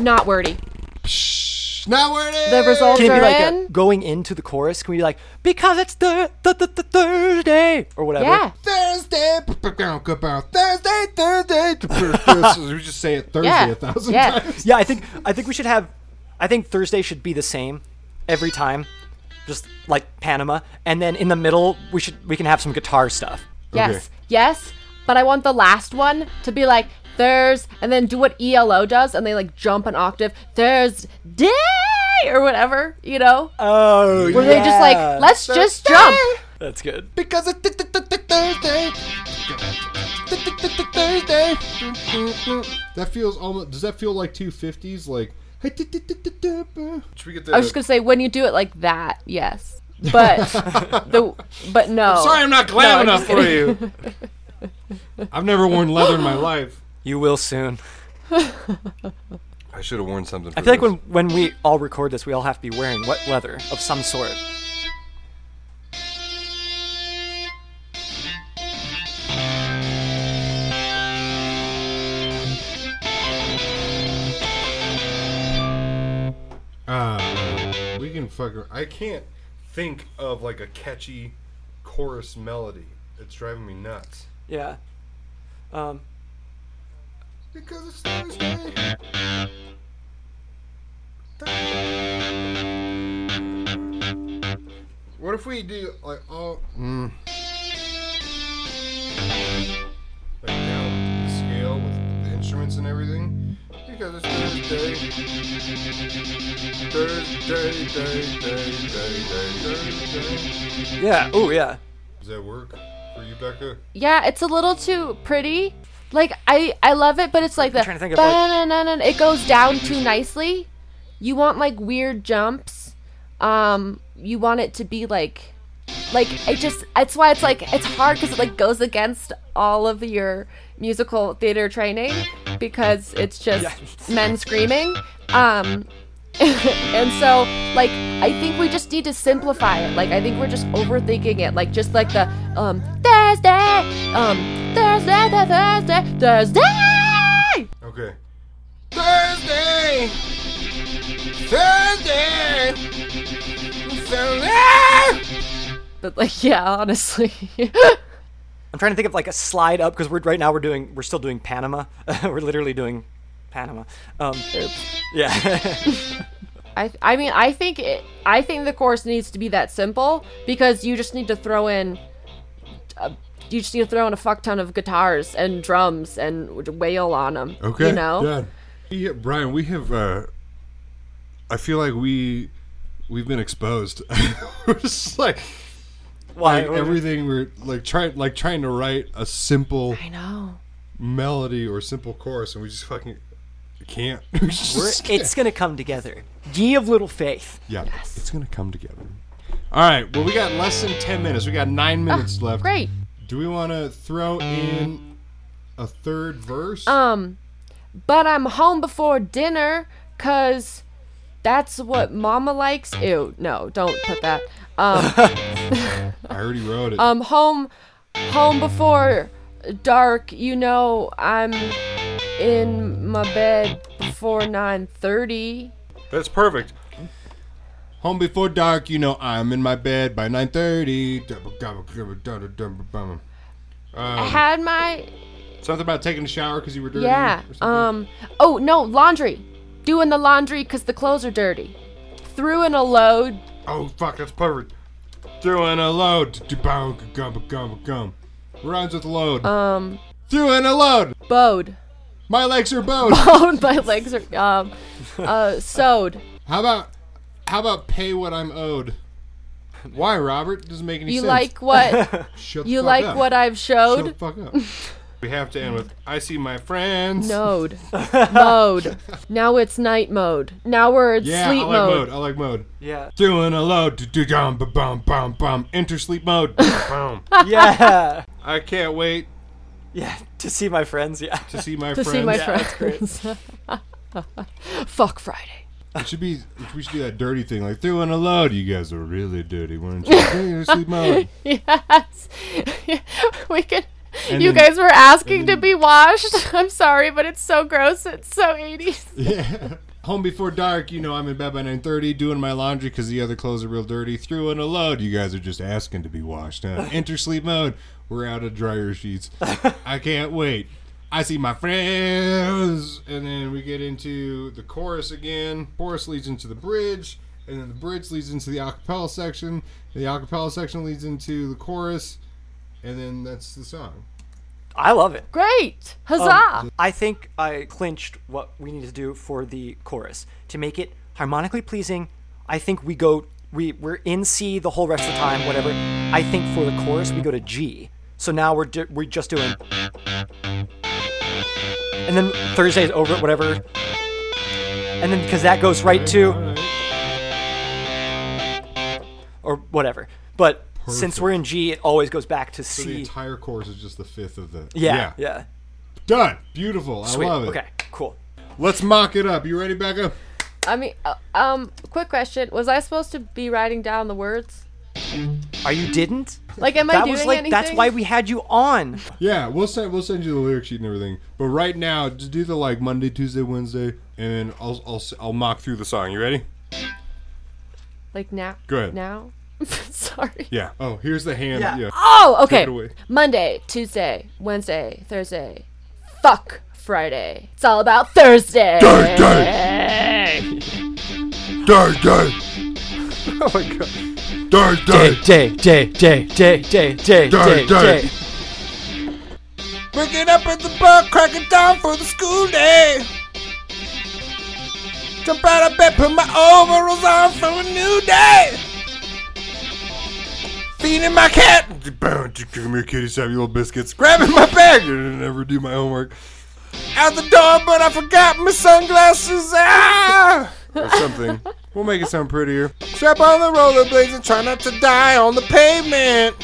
E: not wordy.
D: Shh, not wordy.
E: The results
B: can it
E: are
B: be like a-
E: in.
B: going into the chorus? Can we be like because it's the the the, the Thursday or whatever?
E: yeah,
D: Thursday, Thursday, (laughs) Thursday. we just say it Thursday
E: Yeah.
D: a thousand
E: Yeah.
D: times.
B: Yeah, I think I think we should have. I think Thursday should be the same every time, just like Panama. And then in the middle, we should we can have some guitar stuff.
E: yes, yes. But I want the last one to be like there's, and then do what ELO does, and they like jump an octave. There's day or whatever, you know,
B: Oh,
E: where they just like let's just jump.
B: that's good.
D: Because it's th- th- th- th- Thursday. Th- th- th- th- Thursday. That feels almost. Does that feel like two fifties? Like. hey, th- th- th- th- th- uh, Should we get the?
E: I was just gonna say when you do it like that, yes. But the but no.
D: Sorry, (laughs) I'm not glam
E: No, I'm
D: enough
E: just
D: for
E: (laughs)
D: you. I've never worn leather in my life.
B: You will soon.
D: I should have worn something.
B: I feel like when when we all record this, we all have to be wearing wet leather of some sort.
D: Uh, we can fuck. ar- I can't think of like a catchy chorus melody. It's driving me nuts.
B: Yeah. Um,
D: Because it's Thursday. What if we do like all? Mm. Like down the scale with the instruments and everything. Because it's Thursday. Thursday, day, day, day, day, day.
B: yeah. Oh, yeah.
D: Does that work for you, Becca?
E: Yeah, it's a little too pretty. Like I I love it, but it's like the
B: trying to think of, like-
E: ba-na-na-na-na. it goes down too nicely. You want like weird jumps. Um you want it to be like like I just it's why it's like it's hard cuz it like goes against all of your musical theater training because it's just men screaming. Um and so like i think we just need to simplify it like i think we're just overthinking it like just like the um thursday um thursday th- thursday thursday
D: Okay. Thursday! Thursday! Thursday!
E: But like, yeah, (laughs) honestly,
B: I'm trying to think of like a slide up because we're right now we're doing we're still doing Panama. (laughs) we're literally doing Panama. Um, yeah. (laughs)
E: I, I mean, I think it, I think the course needs to be that simple because you just need to throw in, uh, you just need to throw in a fuck ton of guitars and drums and wail on them.
D: Okay.
E: You know.
D: done. Yeah, Brian, we have. Uh, I feel like we we've been exposed. (laughs) we're just like
B: Why?
D: like everything we're like trying like trying to write a simple
E: I know.
D: melody or simple chorus, and we just fucking can't. (laughs) We just
B: We're-
D: can't.
B: it's gonna come together. Ye of little faith.
D: yeah, it's gonna come together. All right. Well, we got less than ten minutes. We got nine minutes left.
E: Ah, Great.
D: Do we want to throw in a third verse?
E: Um, but I'm home before dinner cause that's what mama likes. Ew, no, don't put that. Um,
D: I already wrote it.
E: um, home, home before dark. You know, I'm in my bed before 9:30.
D: That's perfect. Home before dark, you know I'm in my bed by 9:30. Oh.
E: I had my
D: Something about taking a shower because you were dirty.
E: yeah.
D: or something.
E: Um. Oh no, laundry. Doing the laundry because the clothes are dirty. Threw in a load.
D: Oh fuck, that's perfect. Doing a load. Gum gum gum gum. Rhymes with load.
E: Um.
D: Doing a load.
E: Bowed. (laughs)
D: My legs are bowed.
E: Bowed. My legs are um. Uh. Sewed.
D: how about how about pay what I'm owed? Why, Robert? Doesn't make any
E: You
D: sense. (laughs)
E: like what?
D: Shut the
E: You
D: fuck
E: like
D: up.
E: what I've
D: Shut the
E: showed?
D: fuck
E: (laughs)
D: up. we have to end with I see my friends. (laughs)
E: Node. Mode. Now it's night mode. Now we're in
D: Yeah,
E: sleep
D: I like
E: mode.
D: mode. I like mode.
B: Yeah.
D: Doing a load, do do dum ba bum bum bum. Enter sleep mode. Boom.
B: (laughs) Yeah.
D: I can't wait
B: yeah. To see my friends. Yeah.
D: to see my
E: (laughs) To
D: friends.
E: see my
B: that's
E: friends. (laughs) Fuck Friday.
D: It should be. We should do that dirty thing, like doing a load. You guys are really dirty. Weren't you? Enter sleep
E: (laughs)
D: mode.
E: Yes. (laughs) we can.
D: And
E: you
D: then-
E: guys were asking
D: and
E: to
D: then-
E: be washed. (laughs) I'm sorry, but it's so gross. It's so 80s.
D: Yeah. Home before dark. You know I'm in bed by 9:30, doing my laundry because the other clothes are real dirty. Threw in a load. You guys are just asking to be washed.
B: (laughs)
D: Huh? Enter sleep mode. We're out of dryer sheets. I can't wait. I see my friends, and then we get into the chorus again. Chorus leads into the bridge, and then the bridge leads into the acapella section. The acapella section leads into the chorus, and then that's the song.
B: I love it.
E: Great. Huzzah.
D: Um,
B: I think I clinched what we need to do for the chorus to make it harmonically pleasing. I think we go we we're in C the whole rest of the time, whatever. I think for the chorus we go to G. So now we're do, we're just doing, and then Thursday's over, whatever. And then because that goes right
D: All
B: to
D: right.
B: or whatever. But since we're in G, it always goes back to
D: So the
B: C.
D: entire chorus is just the fifth of the.
B: yeah, yeah.
D: Done. Beautiful.
B: Sweet.
D: I love it.
B: Okay, cool.
D: Let's mock it up. You ready, Becca?
E: I mean, uh, um, quick question. Was I supposed to be writing down the words?
B: Are you didn't?
E: Like, am I
B: that
E: doing
B: was like
E: anything?
B: that's why we had you on.
D: Yeah, we'll send we'll send you the lyric sheet and everything. But right now, just do the like Monday, Tuesday, Wednesday, and I'll I'll I'll mock through the song. You ready?
E: Like now.
D: Go ahead.
E: Now. (laughs) sorry.
D: Yeah. Oh, here's the hand. Yeah.
B: Yeah.
E: Oh, okay.
D: it away.
E: Monday, Tuesday, Wednesday, Thursday. Fuck Friday. It's all about Thursday.
D: Thursday. Day (laughs) day.
B: Oh my god.
D: Day day.
B: day, day, day, day, day, day,
D: Day, day. day.
C: Waking up at the bar, cracking down for the school day. Jump out of bed, put my overalls on for a new day. Feeding my cat,
D: Boom. Give me your kitty, have your little biscuits. Grabbing my bag. I never do my homework.
C: out the door, but I forgot my sunglasses. Ah!
D: Or something. we'll make it sound prettier.
C: Strap on the rollerblades and try not to die on the pavement.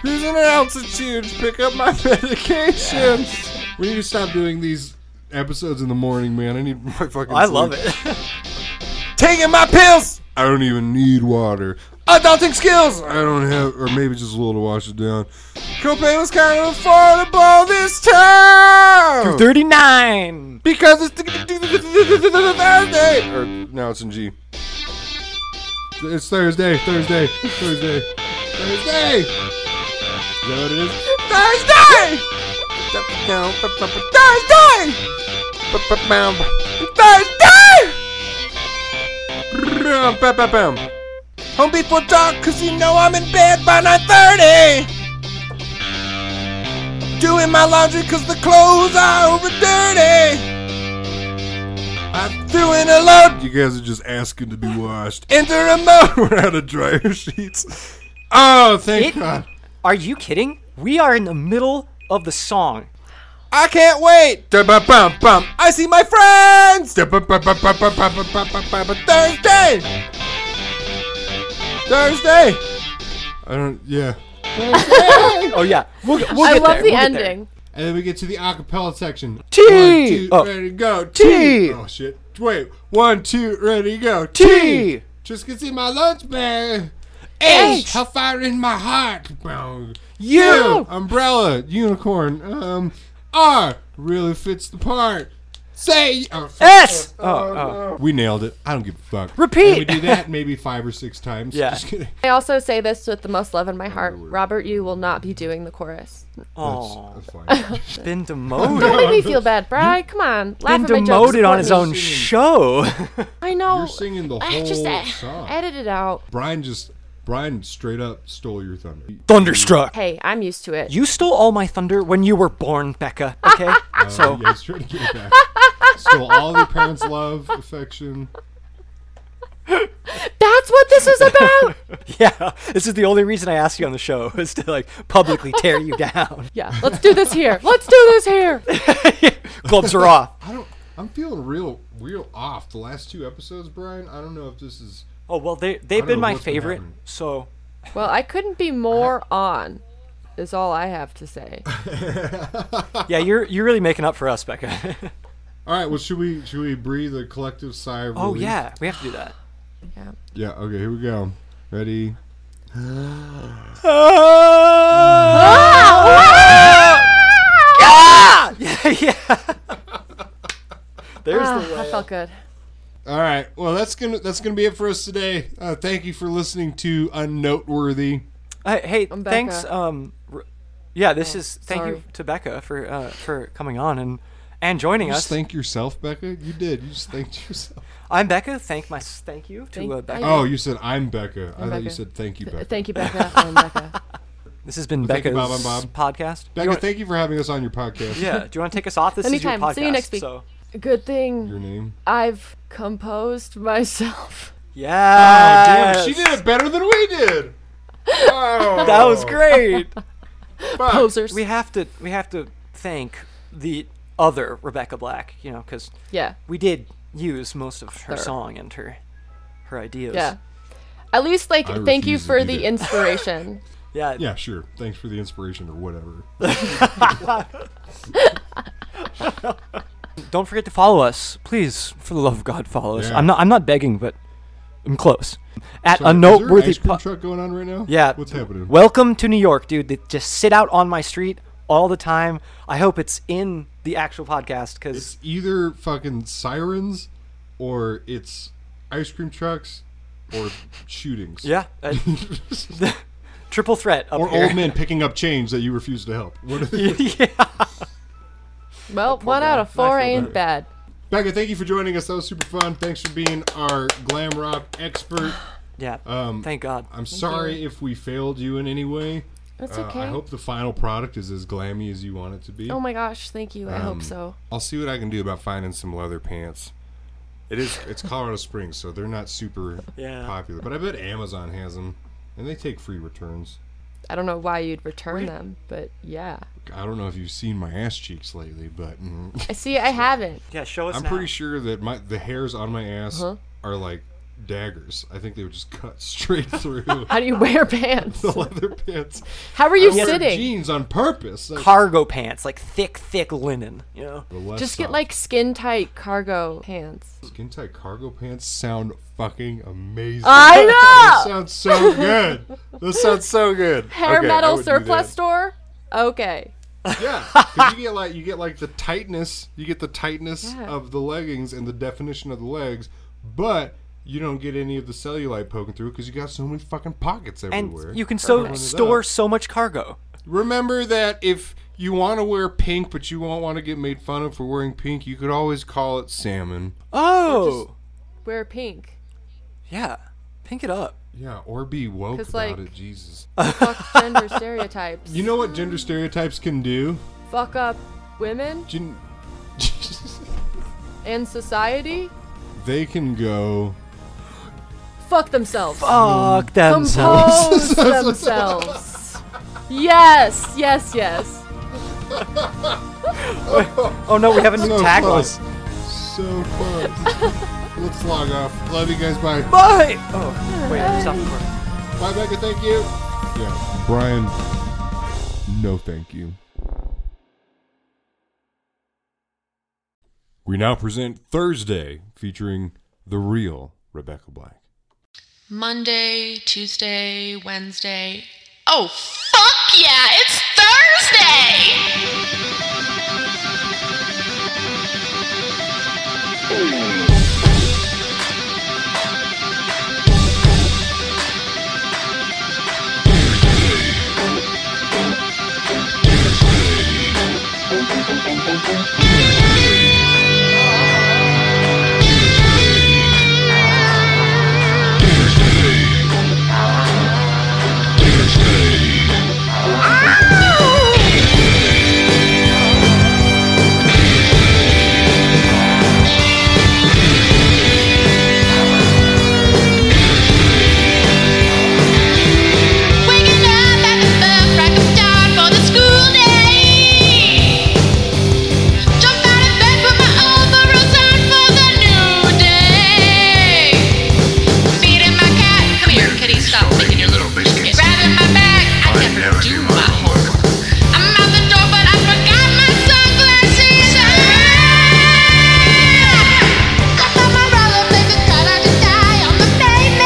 D: Cruising at altitude. Pick up my (laughs) medication. We need to stop doing these episodes in the morning, man. I need my fucking.
B: Oh, I
D: sleep.
B: love it. (laughs)
C: Taking my pills,
D: I don't even need water.
C: adulting skills.
D: I don't have, or maybe just a little to wash it down.
C: Copay was kind of affordable this time.
B: 39.
C: Because it's Thursday.
D: Or now it's in G. It's Thursday, Thursday, Thursday, Thursday. Is that what it is?
C: Thursday! Thursday! Thursday! Home before dark, cause you know I'm in bed by 9.30. Doing my laundry cause the clothes are over dirty. I threw an alert
D: You guys are just asking to be washed.
C: into a mode.
D: (laughs) We're out of dryer sheets. Oh,
B: It-
D: thank God.
B: Are you kidding? We are in the middle of the song.
C: I can't wait.
D: Da-ba-bum-bum.
C: I see my friends.
D: Da-ba-ba-ba-ba-ba-ba-ba-ba-ba.
C: Thursday. Thursday.
D: I don't, yeah.
B: Oh yeah, we'll, get- we'll
E: I
B: get there. we'll get
E: love the
B: there.
E: ending.
D: And then we get to the acapella section.
B: T!
D: One, two,
B: Oh.
D: ready, go.
B: T!
D: T! Oh, shit. Wait. One, two, ready, go.
B: T!
D: Just gets in my lunch bag.
B: H!
D: How far in my heart. Bong.
B: You!
D: Umbrella. Unicorn. Um. R. Really fits the part. Say. Oh, fuck.
B: S. Oh,
D: We nailed it. I don't give a fuck.
B: Repeat.
D: And we do that maybe five or six times.
B: Yeah.
D: Just
B: (laughs)
D: kidding.
E: I also say this with the most love in my heart. Robert, you will not be doing
B: (laughs)
E: the chorus.
B: oh,
D: That's fine.
B: (laughs) been
E: Don't
B: demoted.
E: make me feel bad, Bri. Come on. Laugh
B: Been
E: at my jokes.
B: demoted on his
E: Support
B: own
E: me.
B: show. (laughs)
E: I know.
D: You're singing the
E: I
D: whole
E: (laughs) just uh,
D: song.
E: edit it out.
D: Brian just. Brian straight up stole your thunder.
B: Thunderstruck.
E: Hey, I'm used to it.
B: You stole all my thunder when you were born, Becca. Okay.
E: (laughs)
D: So (laughs) yeah, he's trying to get it back. Stole all of your parents' love, affection.
E: That's what this
B: (laughs)
E: is about.
B: yeah, this is the only reason I asked you on the show (laughs) is to like publicly tear you (laughs) down.
E: yeah, let's do this here. Let's do this here.
B: Gloves are off.
D: I don't. I'm feeling real, real off. The last two episodes, Brian. I don't know if this is.
B: Oh well, they
D: I
B: they've
D: don't
B: been
D: know
B: my
D: what's been
B: favorite.
D: happening.
B: So
E: Well, I couldn't
B: (laughs)
E: be more on. Is all I have to say.
B: yeah, you're you're really making up for us, Becca. (laughs)
D: All right. Well, should we should we breathe a collective sigh of
B: oh
D: relief?
B: yeah, we have to do that.
D: Yeah. Okay. Here we go. Ready.
B: Ah! yeah, (laughs) yeah. There's the
E: Ah, I felt good.
D: All right. Well, that's gonna that's gonna be it for us today. Uh, thank you for listening to Unnoteworthy.
B: Uh, hey,
E: I'm
B: thanks.
E: Becca.
B: Um, r- yeah, this is thank you
E: sorry.
B: to Becca for uh, for coming on and and joining
D: You
B: us.
D: just thank yourself, Becca. You did. You just thanked yourself.
B: I'm Becca. Thank my thank you to
E: Thank-
B: uh, Becca.
D: Oh, you said I'm Becca. i thought you
E: Becca.
D: said thank you, Becca.
E: Thank you, Becca. I'm Becca.
B: This has been
D: Thank you,
B: Becca's
D: Bob and Bob.
B: podcast.
D: Becca, thank you for having us on your podcast.
B: Yeah, do you want to take us off? This is your
E: Anytime.
B: podcast.
E: See you next
D: (laughs)
E: week.
D: Oh,
B: So
E: Good
D: Your
E: thing
D: name.
E: I've composed myself.
D: Oh,
B: yeah,
D: damn, she did it better than we did. Oh. Wow.
B: That was
D: (laughs)
B: great.
E: Posers.
B: we have to we have to thank the other Rebecca Black, you know, because
E: yeah.
B: we did use most of her
E: Her.
B: song and her her ideas.
E: Yeah. At least, like,
D: I
E: thank you
D: refuse to
E: for
D: do
E: the
D: that. (laughs)
E: inspiration.
B: yeah,
D: Yeah, sure. Thanks for the inspiration or whatever.
B: (laughs) Don't forget to follow us, please. For the love of God, follow us.
D: Yeah.
B: I'm not. I'm not begging, but I'm close. At
D: Sorry,
B: a
D: is
B: noteworthy.
D: there an
B: po-
D: ice cream truck going on right now?
B: yeah.
D: What's happening?
B: Welcome to New York, dude. They just sit out on my street all the time. I hope it's in the actual podcast because
D: It's either fucking sirens or it's ice cream trucks or (laughs) shootings.
B: yeah, uh, triple threat up
D: (laughs) Or
B: here.
D: old men picking up change that you refuse to help. What are they-
B: (laughs) yeah.
E: Well, one
B: guy.
E: out of four
B: I feel
E: ain't bad.
D: Becca, thank you for joining us. That was super fun. Thanks for being our glam rock expert.
B: (sighs) Yeah.
D: Um,
B: Thank God.
D: I'm sorry if we failed you in any way.
E: That's
D: Uh,
E: okay.
D: I hope the final product is as glammy as you want it to be.
E: oh my gosh, thank you. I
D: Um,
E: hope so.
D: I'll see what I can do about finding some leather pants. It is
E: (laughs)
D: it's Colorado Springs, so they're not super
B: Yeah.
D: popular, but I bet Amazon has them, and they take free returns.
E: I don't know why you'd return them, but
D: (laughs)
E: yeah.
D: I don't know if you've seen my ass cheeks lately, but mm,
E: I see. I haven't.
B: Yeah, show us.
D: I'm
B: now.
D: pretty sure that my the hairs on my ass
E: Uh-huh.
D: are like daggers. I think they would just cut
E: (laughs)
D: straight through (laughs) the
E: How do you wear pants?
D: leather pants.
E: How are you
D: I wear
E: sitting?
D: jeans on purpose. Like,
B: Cargo pants, like thick, thick linen. You know.
D: the less
E: Just get
D: soft.
E: like skin tight cargo pants.
D: skin tight cargo pants sound fucking amazing.
E: I
D: That
E: know.
D: sounds so good. That sounds so good.
E: Hair
D: Okay, I
E: metal
D: would do that.
E: surplus store. Okay.
D: Yeah, 'cause
E: (laughs)
D: you get like you get like the tightness, you get the tightness
E: Yeah.
D: of the leggings and the definition of the legs, but you don't get any of the cellulite poking through because you got so many fucking pockets
B: and
D: everywhere.
B: you can
D: Everyone
B: so
D: is
B: store
D: up.
B: so much cargo.
D: Remember that if you want to wear pink but you won't want to get made fun of for wearing pink, you could always call it salmon.
B: Oh,
E: Wear pink.
B: yeah, pink it up.
D: Yeah, or be woke
E: 'Cause,
D: about
E: like-
D: it, Jesus.
E: Fuck gender stereotypes.
D: You know what
E: (laughs)
D: gender stereotypes can do?
E: Fuck up women
D: Gen- (laughs)
E: and society.
D: they can go.
E: Fuck themselves.
B: Fuck themselves.
E: Compose themselves. Yes, yes, yes.
B: Oh no, we have a new
D: So close.
B: tagline.
D: So close. (laughs) Let's log off. Love you guys. Bye.
B: Bye. Oh wait, I stopped recording.
D: Bye, Becca. Thank you. Yeah. Brian, no thank you. We now present Thursday featuring the real Rebecca Black.
F: Monday, Tuesday, Wednesday. Oh, fuck yeah, it's Thursday! Waking up at the first crack of dawn for the school day. Jump out of bed, put my overalls on for the new day. Feeding my cat. Come here, kitty, stop making your little biscuits. Grabbing my bag. I never do my homework. I'm out the door, but I forgot my sunglasses. Ah! I found my roller blades and to die on the pavement.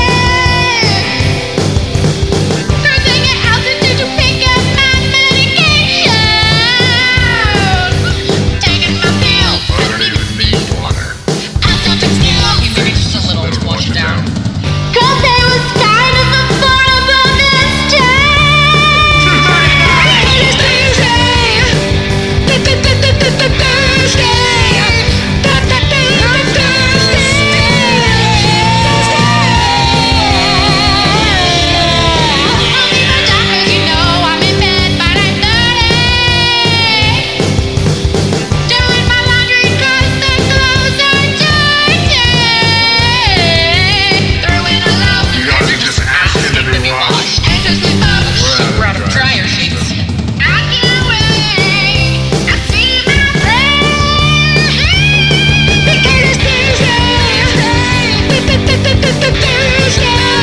F: Dryer sheets. I can't wait. I see my friends. Because it's Thursday, Thursday,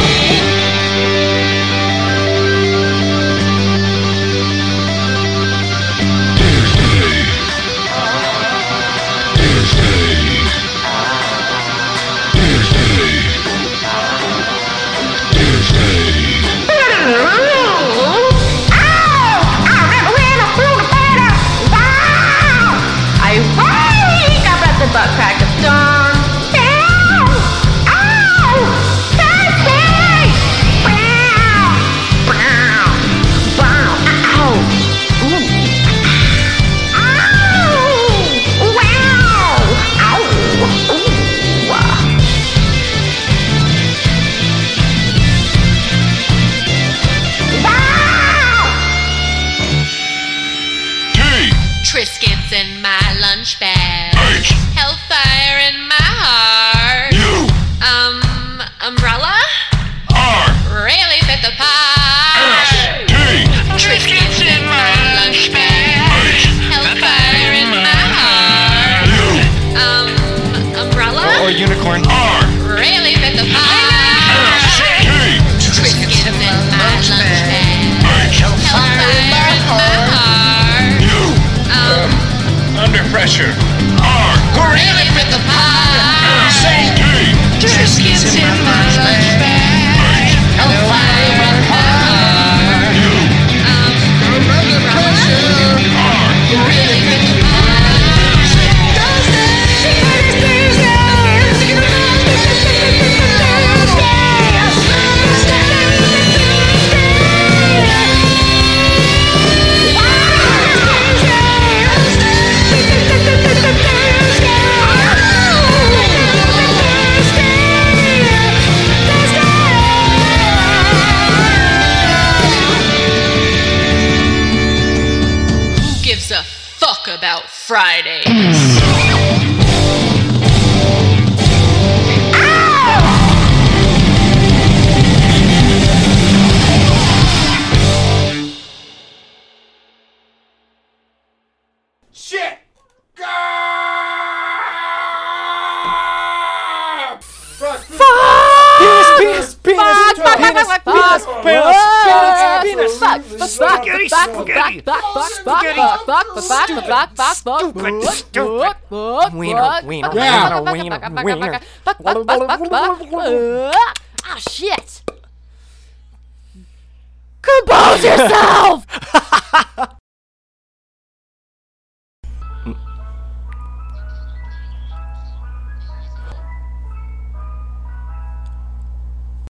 F: Thursday, Thursday.
G: Wow!
F: Triscuits in my lunch bag. Hellfire in my heart. Um, umbrella? Really fit the part. Triscuits in my lunch bag. Hellfire in my heart. Um, umbrella?
A: Or unicorn.
F: Really fit the part. Triscuits in my lunch bag. Hellfire in my heart. Um,
A: Under pressure.
F: really fit the part. Triscuits in my lunch bag. Hellfire in my heart. Um, umbrella? Fridays.
D: Shit!
B: Penis, penis, penis,
E: Fuck, fuck,
B: penis, penis,
E: fuck, fuck, fuck.
B: penis,
E: Fuck,
B: penis, penis.
E: fuck, fuck, fuck, fuck, fuck, fuck, fuck, fuck, fuck, fuck, fuck, fuck, fuck,
A: Stupid,
E: fuck,
A: stupid.
E: fuck,
B: Wiener,
E: fuck,
B: wiener,
E: fuck,
D: Yeah.
E: fuck, fuck,
B: wiener,
E: fuck, fuck,
B: wiener.
E: fuck, fuck, fuck, fuck, fuck, fuck, fuck. Ah, shit. Compose yourself!